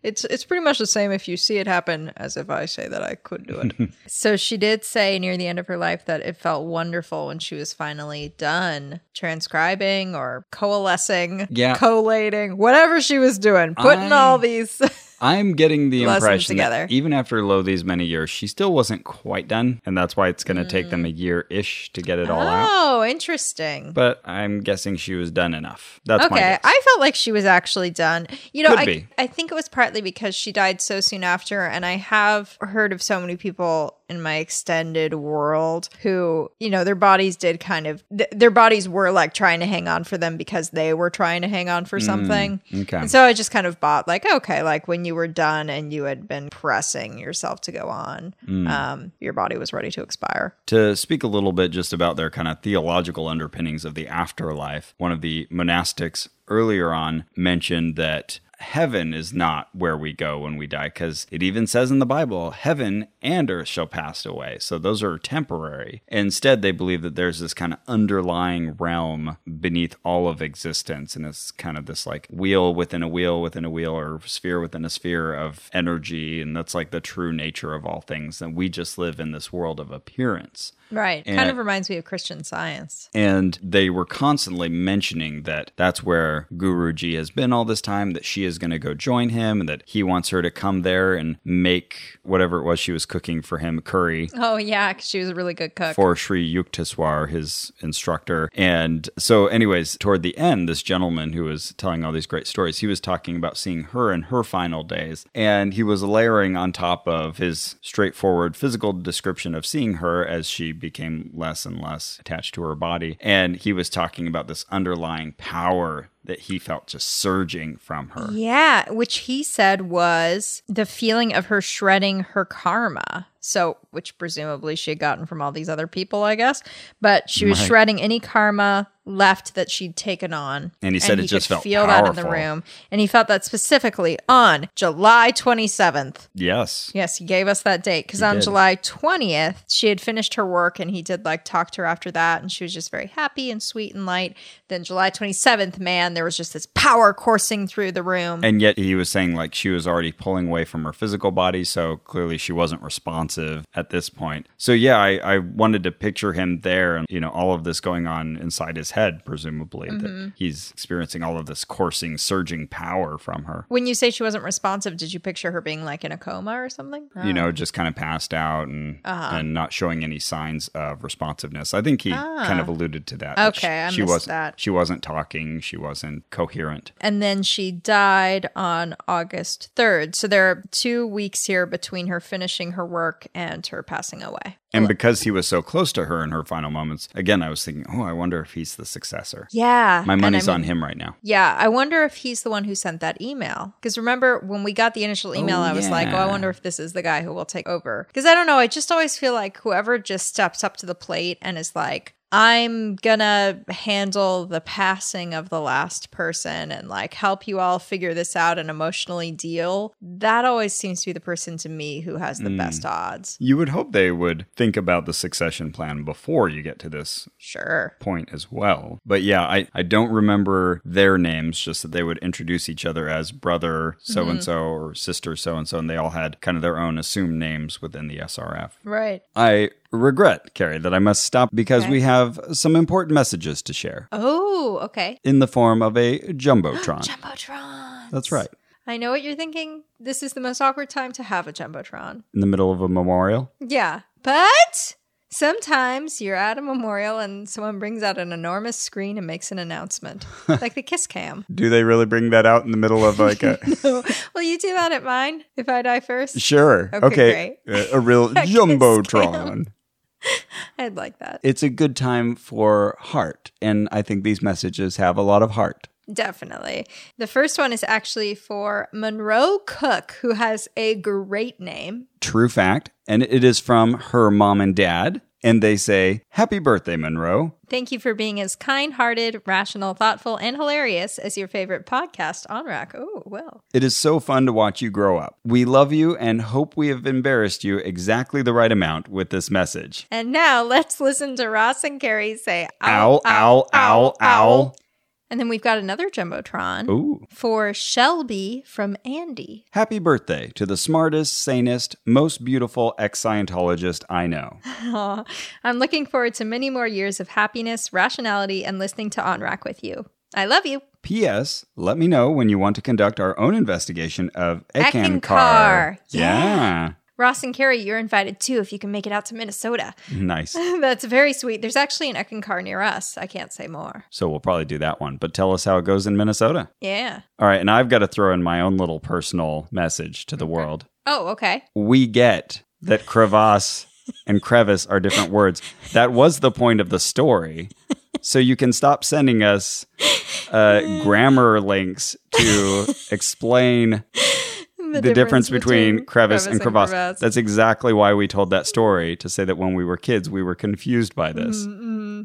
It's it's pretty much the same if you see it happen as if I say that I could do it. so she did say near the end of her life that it felt wonderful when she was finally done transcribing or coalescing,
Yeah.
collating, whatever she was doing, putting
I-
all these
I'm getting the
Lessons
impression
together.
that even after Lo these many years, she still wasn't quite done. And that's why it's going to take them a year ish to get it all out.
Mm. Oh, interesting.
But I'm guessing she was done enough. That's my
Okay,
guess.
I felt like she was actually done. You know,
Could
I,
be.
I think it was partly because she died so soon after, and I have heard of so many people in my extended world who, you know, their bodies did kind of, th- their bodies were like trying to hang on for them because they were trying to hang on for something.
Mm, okay.
And so I just kind of bought, like, okay, like when you were done and you had been pressing yourself to go on,
Mm.
um, your body was ready to expire.
To speak a little bit just about their kind of theological underpinnings of the afterlife, one of the monastics earlier on mentioned that heaven is not where we go when we die, because it even says in the Bible, heaven and earth shall pass away. So those are temporary. Instead, they believe that there's this kind of underlying realm beneath all of existence. And it's kind of this like wheel within a wheel within a wheel or sphere within a sphere of energy. And that's like the true nature of all things. And we just live in this world of appearance.
Right. kind
And-
of reminds me of Christian science.
And they were constantly mentioning that that's where Guruji has been all this time, that she is going to go join him, and that he wants her to come there and make whatever it was she was cooking for him curry
Oh, yeah, 'cause she was a really good cook.
for Sri Yukteswar, his instructor. And so, anyways, toward the end, this gentleman who was telling all these great stories, he was talking about seeing her in her final days. And he was layering on top of his straightforward physical description of seeing her as she became less and less attached to her body. And he was talking about this underlying power that he felt just surging from her.
Yeah, which he said was the feeling of her shredding her karma. So, which presumably she had gotten from all these other people, I guess. But she was
Right.
shredding any karma left that she'd taken on.
And he said it just
could
felt
feel that in the
powerful.
room. And he felt that specifically on July 27th.
Yes.
Yes, he gave us that date because on
did.
July 20th, she had finished her work and he did like talk to her after that. And she was just very happy and sweet and light. Then July 27th, man, there was just this power coursing through the room.
And yet he was saying like she was already pulling away from her physical body, so clearly she wasn't responsive at this point. So yeah, I, I wanted to picture him there and you know, all of this going on inside his head, presumably,
Mm-hmm.
that he's experiencing all of this coursing, surging power from her.
When you say she wasn't responsive, did you picture her being like in a coma or something?
You know, just kind of passed out and
Uh-huh.
and not showing any signs of responsiveness. I think he kind of alluded to that. that
Ah. Okay, I
she
missed
wasn't,
that.
She wasn't talking. She wasn't coherent.
And then she died on August 3rd. So there are two weeks here between her finishing her work and her passing away.
And because he was so close to her in her final moments, again, I was thinking, oh, I wonder if he's the successor.
Yeah.
My
and
money's
I mean-
on him right now.
Yeah, I wonder if he's the one who sent that email. Because remember, when we got the initial email,
Oh,
I was like, oh, I
yeah.
wonder if this is the guy who will take over. Because I don't know. I just always feel like whoever just steps up to the plate and is like, I'm gonna handle the passing of the last person and like help you all figure this out and emotionally deal. That always seems to be the person to me who has the
Mm.
best odds.
You would hope they would think about the succession plan before you get to this
Sure.
point as well. But yeah, I, I don't remember their names, just that they would introduce each other as brother
Mm-hmm.
so and so or sister so and so, and they all had kind of their own assumed names within the SRF.
Right.
I regret, Carrie, that I must stop because we have some important messages to share
Oh, okay.
in the form of a jumbotron.
Jumbotron.
That's right.
I know what you're thinking. This is the most awkward time to have a Jumbotron.
In the middle of a memorial.
Yeah. But sometimes you're at a memorial and someone brings out an enormous screen and makes an announcement, like the Kiss Cam.
Do they really bring that out in the middle of like a
Will you do that at mine if I die first?
Sure.
Okay,
Uh, A real
I guess
jumbotron.
I'd like that.
It's a good time for heart, and I think these messages have a lot of heart.
Definitely. The first one is actually for Monroe Cook, who has a great name.
True fact, and it is from her mom and dad, and they say, "Happy birthday, Monroe."
Thank you for being as kind hearted, rational, thoughtful, and hilarious as your favorite podcast on Rack. Oh, well.
It is so fun to watch you grow up. We love you and hope we have embarrassed you exactly the right amount with this message.
And now let's listen to Ross and Carrie say,
Ow, ow, ow, ow.
And then we've got another Jumbotron
Ooh.
for Shelby from Andy.
Happy birthday to the smartest, sanest, most beautiful ex Scientologist I know.
Aw. I'm looking forward to many more years of happiness, rationality, and listening to On Rack with you. I love you.
P.S. Let me know when you want to conduct our own investigation of
Ekankar.
Ekankar.
Yeah.
Yeah.
Ross and Carrie, you're invited too if you can make it out to Minnesota.
Nice.
That's very sweet. There's actually an Ekankar near us. I can't say more.
So we'll probably do that one, but tell us how it goes in Minnesota.
Yeah.
All right. And I've got to throw in my own little personal message to the world.
Oh, okay.
we get that crevasse and crevice are different words. That was the point of the story. So you can stop sending us uh, grammar links to explain the, difference, between, crevice, and crevasse. That's exactly why we told that story to say that when we were kids, we were confused by this.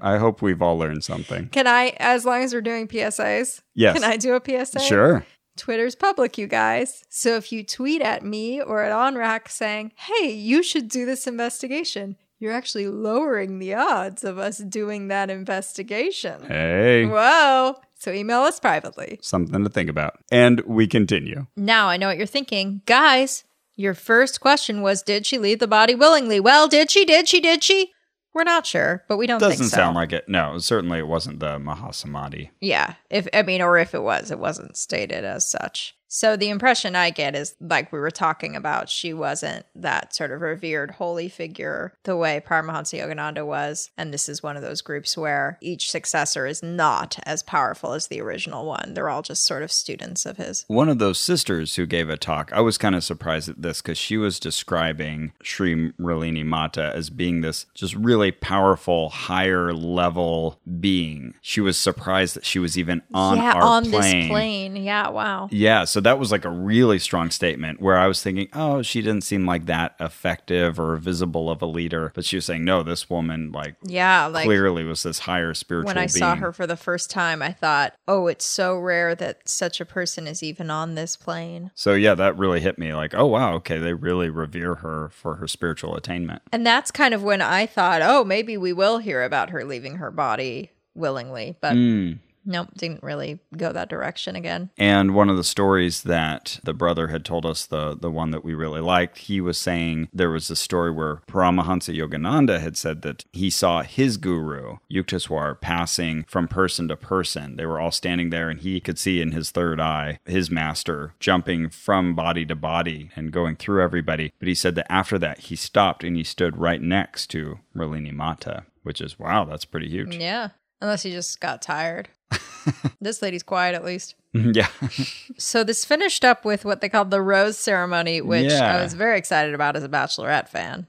I hope we've all learned something.
Can I, as long as we're doing PSAs,
Yes.
can I do a PSA?
Sure.
Twitter's public, you guys. So if you tweet at me or at OnRack saying, hey, you should do this investigation, you're actually lowering the odds of us doing that investigation.
Hey,
Whoa. So email us privately.
something to think about. And we continue.
Now I know what you're thinking. Guys, your first question was Did she leave the body willingly? Well, did she? Did she? Did she? We're not sure, but we don't
Doesn't
think so.
sound like it. No, certainly it wasn't the Mahasamadhi.
Yeah. If I mean, or if it was, it wasn't stated as such. So the impression I get is like we were talking about, she wasn't that sort of revered holy figure the way Paramahansa Yogananda was. And this is one of those groups where each successor is not as powerful as the original one. They're all just sort of students of his.
One of those sisters who gave a talk, I was kind of surprised at this because she was describing Sri Murini Mata as being this just really powerful, higher level being. She was surprised that she was even on
yeah,
our
on
plane.
this plane. Yeah, wow.
Yeah, so that was like a really strong statement where I was thinking, oh, she didn't seem like that effective or visible of a leader. But she was saying, no, this woman, like,
Yeah, like
clearly was this higher spiritual
when I
being.
saw her for the first time, I thought, oh, it's so rare that such a person is even on this plane.
So, yeah, that really hit me like, oh, wow, okay, they really revere her for her spiritual attainment.
And that's kind of when I thought, oh, maybe we will hear about her leaving her body willingly. But
Hmm.
nope, didn't really go that direction again.
And one of the stories that the brother had told us, the the one that we really liked, he was saying there was a story where Paramahansa Yogananda had said that he saw his guru, Yuktaswar, passing from person to person. They were all standing there and he could see in his third eye his master jumping from body to body and going through everybody. But he said that after that he stopped and he stood right next to Merlini Mata, which is wow, that's pretty huge.
Yeah. Unless he just got tired. this lady's quiet at least.
yeah.
So this finished up with what they called the rose ceremony, which I
Yeah. Uh,
was very excited about as a bachelorette fan.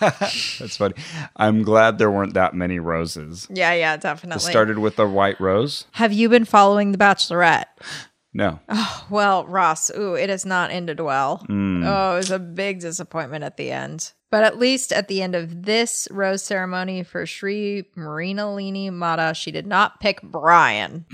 That's funny. I'm glad there weren't that many roses.
Yeah, yeah, definitely.
It started with the white rose.
Have you been following the bachelorette?
No.
Well, Ross, ooh, it has not ended well.
Mm.
Oh, it was a big disappointment at the end. But at least at the end of this rose ceremony for Sri Marinalini Mata, she did not pick Brian.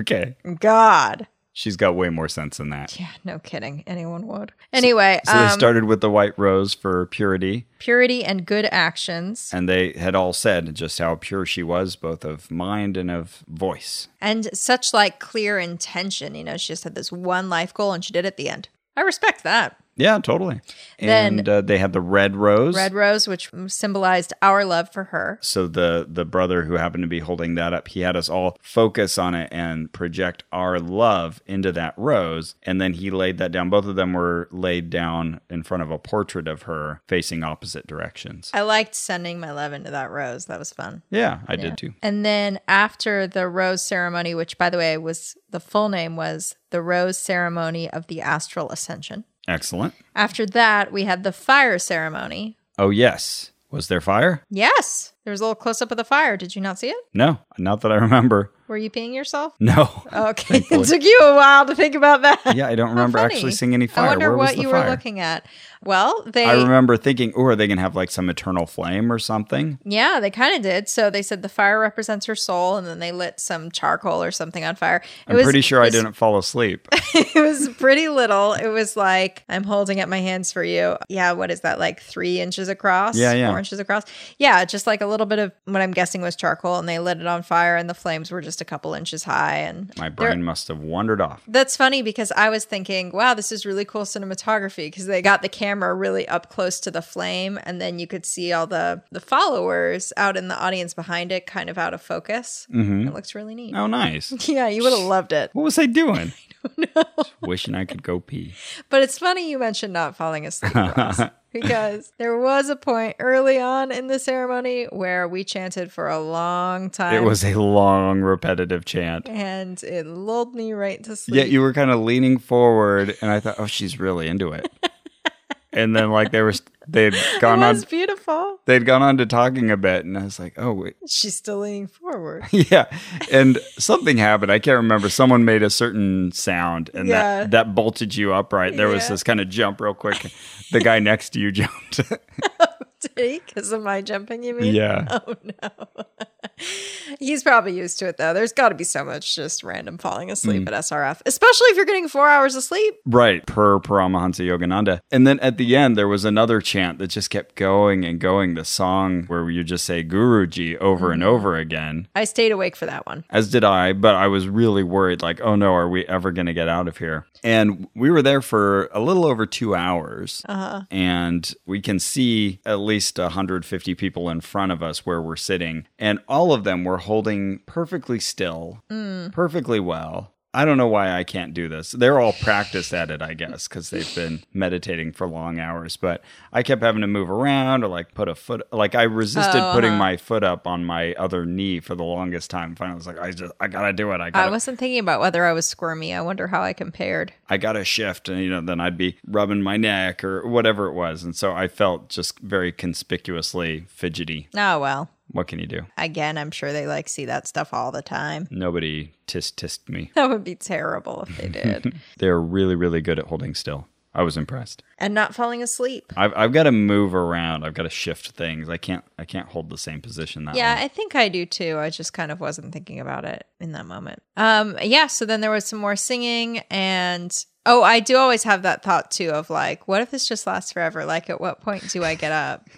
Okay.
God.
She's got way more sense than that.
Yeah, no kidding. Anyone would. Anyway,
So they
um,
started with the white rose for purity,
purity and good actions.
and they had all said just how pure she was, both of mind and of voice.
And such like clear intention. You know, she just had this one life goal and she did it at the end. I respect that.
Yeah, totally.
Then-
and uh, they had the red rose.
Red Rose, which symbolized our love for her.
so the the brother who happened to be holding that up, he had us all focus on it and project our love into that rose, and then he laid that down. Both of them were laid down in front of a portrait of her, facing opposite directions.
I liked sending my love into that rose. That was fun.
yeah, I did too.
And then after the rose ceremony, which by the way was the full name was the rose ceremony of the astral ascension.
Excellent.
After that, we had the fire ceremony.
Oh yes, was there fire?
Yes, there was a little close up of the fire. Did you not see it?
No, not that I remember.
Were you peeing yourself?
No.
Okay, it took you a while to think about that.
Yeah, Mm-hmm. I don't remember actually
funny.
seeing any fire.
I wonder
Where
what
was the
you
fire?
were looking at. Well, they
I remember thinking, "Oh, are they gonna have like some eternal flame or something?"
yeah, they kind of did. So they said the fire represents her soul, and then they lit some charcoal or something on fire. It
I'm
was-
pretty sure
it
I
was-
didn't fall asleep.
it was pretty little. It was like, I'm holding up my hands for you. Yeah, what is that? Like three inches across?
Yeah, yeah.
Four inches across? Yeah, just like a little bit of what I'm guessing was charcoal, and they lit it on fire, and the flames were just a couple inches high. And
My
they're-
brain must have wandered off.
That's funny because I was thinking, wow, this is really cool cinematography because they got the camera really up close to the flame and then you could see all the the followers out in the audience behind it kind of out of focus. It looks really neat.
Oh, nice.
Yeah, you would have loved it.
What was I doing? Just wishing I could go pee.
But it's funny you mentioned not falling asleep, Ross, because there was a point early on in the ceremony where we chanted for a long time.
It was a long, repetitive chant.
and it lulled me right to sleep.
Yet you were kind of leaning forward, and I thought, "Oh, she's really into it." and then, like, they were they'd
it
gone on
was beautiful.
they'd gone on to talking a bit, and I was like, "Oh, wait,
She's still leaning forward.
yeah." And something happened. I can't remember. Someone made a certain sound, and
Yeah.
that that bolted you upright. There was
Yeah.
this kind of jump real quick. The guy next to you jumped.
Because of my jumping, you mean?
yeah.
Oh no. He's probably used to it though. There's got to be so much just random falling
Mm.
asleep at SRF, especially if you're getting four hours of sleep.
Right, per Paramahansa Yogananda. And then at the end, there was another chant that just kept going and going. The song where you just say Guruji over
Mm.
and over again,
I stayed awake for that one.
as did I, but I was really worried like, oh no, are we ever going to get out of here? And we were there for a little over two hours. Uh-huh. And we can see at least 150 people in front of us where we're sitting. And all of them were holding perfectly still, perfectly well. I don't know why I can't do this. They're all practiced at it, I guess, because they've been meditating for long hours. But I kept having to move around or like put a foot, like I resisted putting my foot up on my other knee for the longest time. Finally, I was like, I just, I gotta do it. I
I
gotta,
wasn't thinking about whether I was squirmy. I wonder how I compared.
I gotta shift. And, you know, then I'd be rubbing my neck or whatever it was. And so I felt just very conspicuously fidgety.
Oh well.
What can you do?
Again, I'm sure they like see that stuff all the time.
Nobody tis tissed me.
That would be terrible if they did.
They're really, really good at holding still. I was impressed.
and not falling asleep.
I've, I've got to move around. I've got to shift things. I can't I can't hold the same position that
Yeah,
long.
I think I do too. I just kind of wasn't thinking about it in that moment. Um yeah, so then there was some more singing and oh, I do always have that thought too of like what if this just lasts forever? Like at what point do I get up?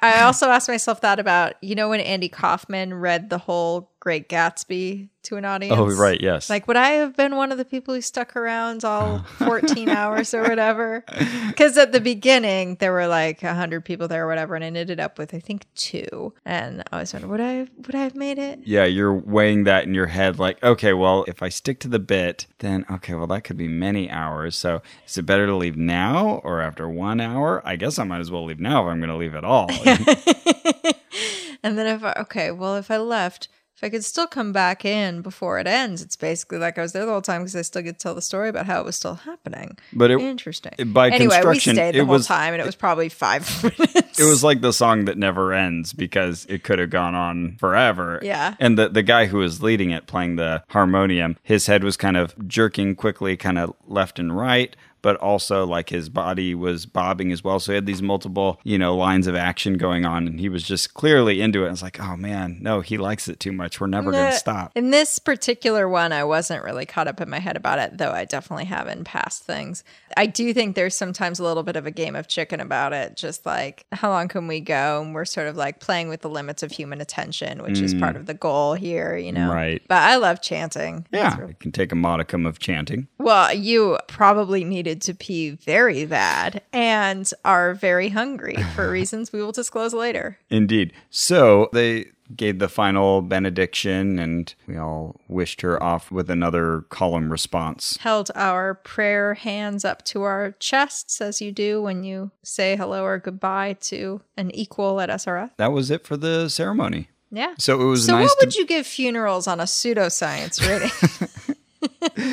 I also asked myself that about you know when Andy Kaufman read the whole Great Gatsby to an audience.
Oh right, yes. Oh.
Like, would I have been one of the people who stuck around all 14 hours or whatever? Because at the beginning, there were like 100 people there or whatever, and I ended up with, I think, two. And I was wondering, would I, would I have made it?
yeah, you're weighing that in your head like, okay, well, if I stick to the bit, then okay, well that could be many hours. So is it better to leave now or after 1 hour? I guess I might as well leave now if I'm going to leave at all.
And then if I, okay, well, if I left, if I could still come back in before it ends, it's basically like I was there the whole time because I still get to tell the story about how it was still happening.
But it-
interesting.
it- by
anyway,
construction,
we stayed the
it
whole
was-
time, and it was probably five minutes.
it was like the song that never ends because it could have gone on forever.
Yeah.
And the, the guy who was leading it, playing the harmonium, his head was kind of jerking quickly, kind of left and right, but also like his body was bobbing as well. So he had these multiple, you know, lines of action going on, and he was just clearly into it. It's like, oh man, no, he likes it too much. We're never going
Uh,
to stop.
In this particular one, I wasn't really caught up in my head about it, though I definitely have in past things. I do think there's sometimes a little bit of a game of chicken about it, just like how long can we go? And we're sort of like playing with the limits of human attention, which is part of the goal here, you know?
Mm. Right.
But I love chanting.
Yeah. It can take a modicum of chanting.
Well, you probably needed needed to pee very bad and are very hungry for reasons we will disclose later.
Indeed. So they gave the final benediction, and we all wished her off with another column response.
Held our prayer hands up to our chests as you do when you say hello or goodbye to an equal at SRF.
That was it for the ceremony.
Yeah.
So it was
So
nice
what would
to.
you give funerals on a pseudoscience rating?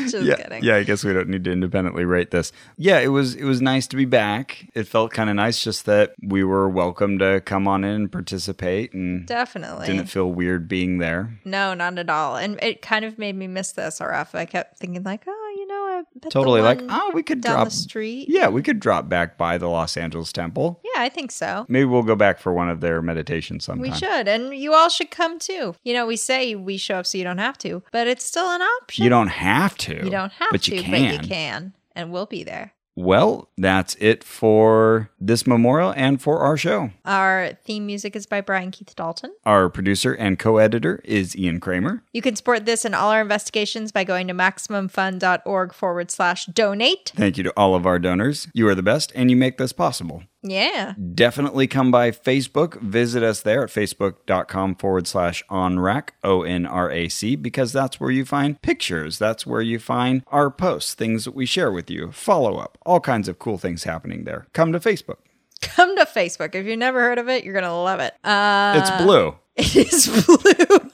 Just
yeah,
kidding.
yeah, I guess we don't need to independently rate this. Yeah, it was it was nice to be back. It felt kind of nice just that we were welcome to come on in and participate and
Definitely.
didn't feel weird being there.
No, not at all. And it kind of made me miss the SRF. I kept thinking like, oh, you know, I bet the
Totally like,
one
oh, we could
down
drop
the street.
Yeah, we could drop back by the Los Angeles Temple.
Yeah, I think so.
Maybe we'll go back for one of their meditations sometime.
We should, and you all should come too. You know, we say we show up so you don't have to, but it's still an option.
You don't have to.
You don't have
but
to,
you
but
can.
you can, and we'll be there.
Well, that's it for this memorial and for our show.
Our theme music is by Brian Keith Dalton.
Our producer and co-editor is Ian Kramer.
You can support this and all our investigations by going to maximumfund.org forward slash donate.
Thank you to all of our donors. You are the best, and you make this possible.
Yeah.
Definitely come by Facebook. Visit us there at facebook.com forward slash onrac, O N R A C, because that's where you find pictures. That's where you find our posts, things that we share with you, follow up, all kinds of cool things happening there. Come to Facebook.
Come to Facebook. If you've never heard of it, you're going to love it. Uh,
It's blue.
It is blue.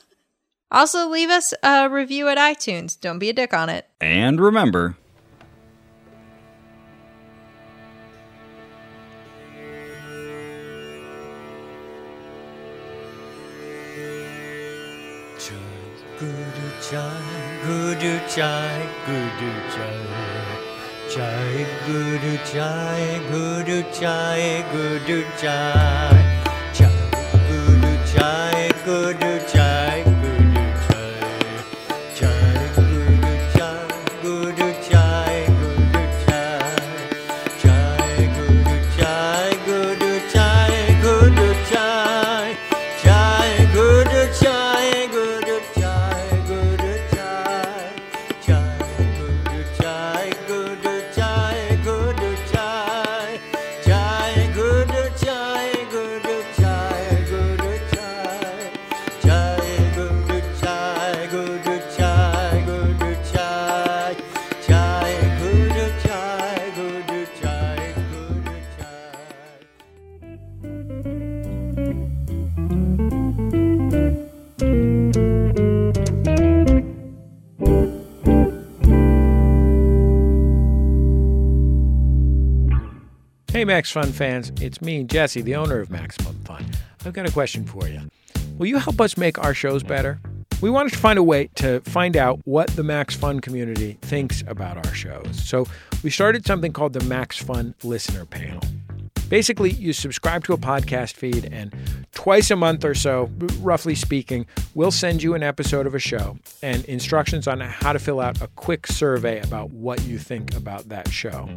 Also, leave us a review at iTunes. Don't be a dick on it.
And remember,
Chai, gudu chai, gudu chai, gudu chai. Chai, gudu chai, gudu chai, gudu chai. Chai, gudu chai, gudu chai, gudu chai. Chai, gudu chai, gudu chai, gudu chai. Chai, gudu chai, gudu chai, gudu chai. Chai, gudu chai, gudu chai, gudu chai. Chai, gudu chai, gudu chai, gudu chai. Chai, gudu chai, gudu chai, gudu chai. Chai, gudu chai, gudu chai, gudu chai. Chai, gudu chai, gudu chai, gudu chai.
Hey, Max Fun fans, it's me, Jesse, the owner of Maximum Fun. I've got a question for you. Will you help us make our shows better? We wanted to find a way to find out what the Max Fun community thinks about our shows. So we started something called the Max Fun Listener Panel. Basically, you subscribe to a podcast feed, and twice a month or so, r- roughly speaking, we'll send you an episode of a show and instructions on how to fill out a quick survey about what you think about that show.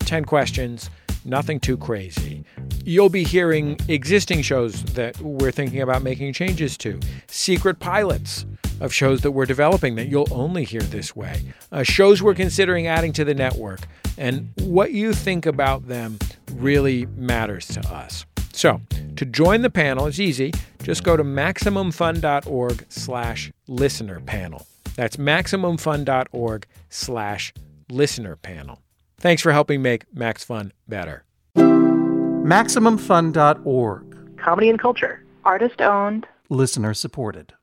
10 questions, nothing too crazy. You'll be hearing existing shows that we're thinking about making changes to, secret pilots of shows that we're developing that you'll only hear this way, uh, shows we're considering adding to the network, and what you think about them really matters to us. So, to join the panel, it's easy. Just go to maximumfun.org slash listener panel. That's maximumfun.org slash listener panel. Thanks for helping make Max Fun better.
MaximumFun.org.
comedy and culture. Artist owned.
Listener supported.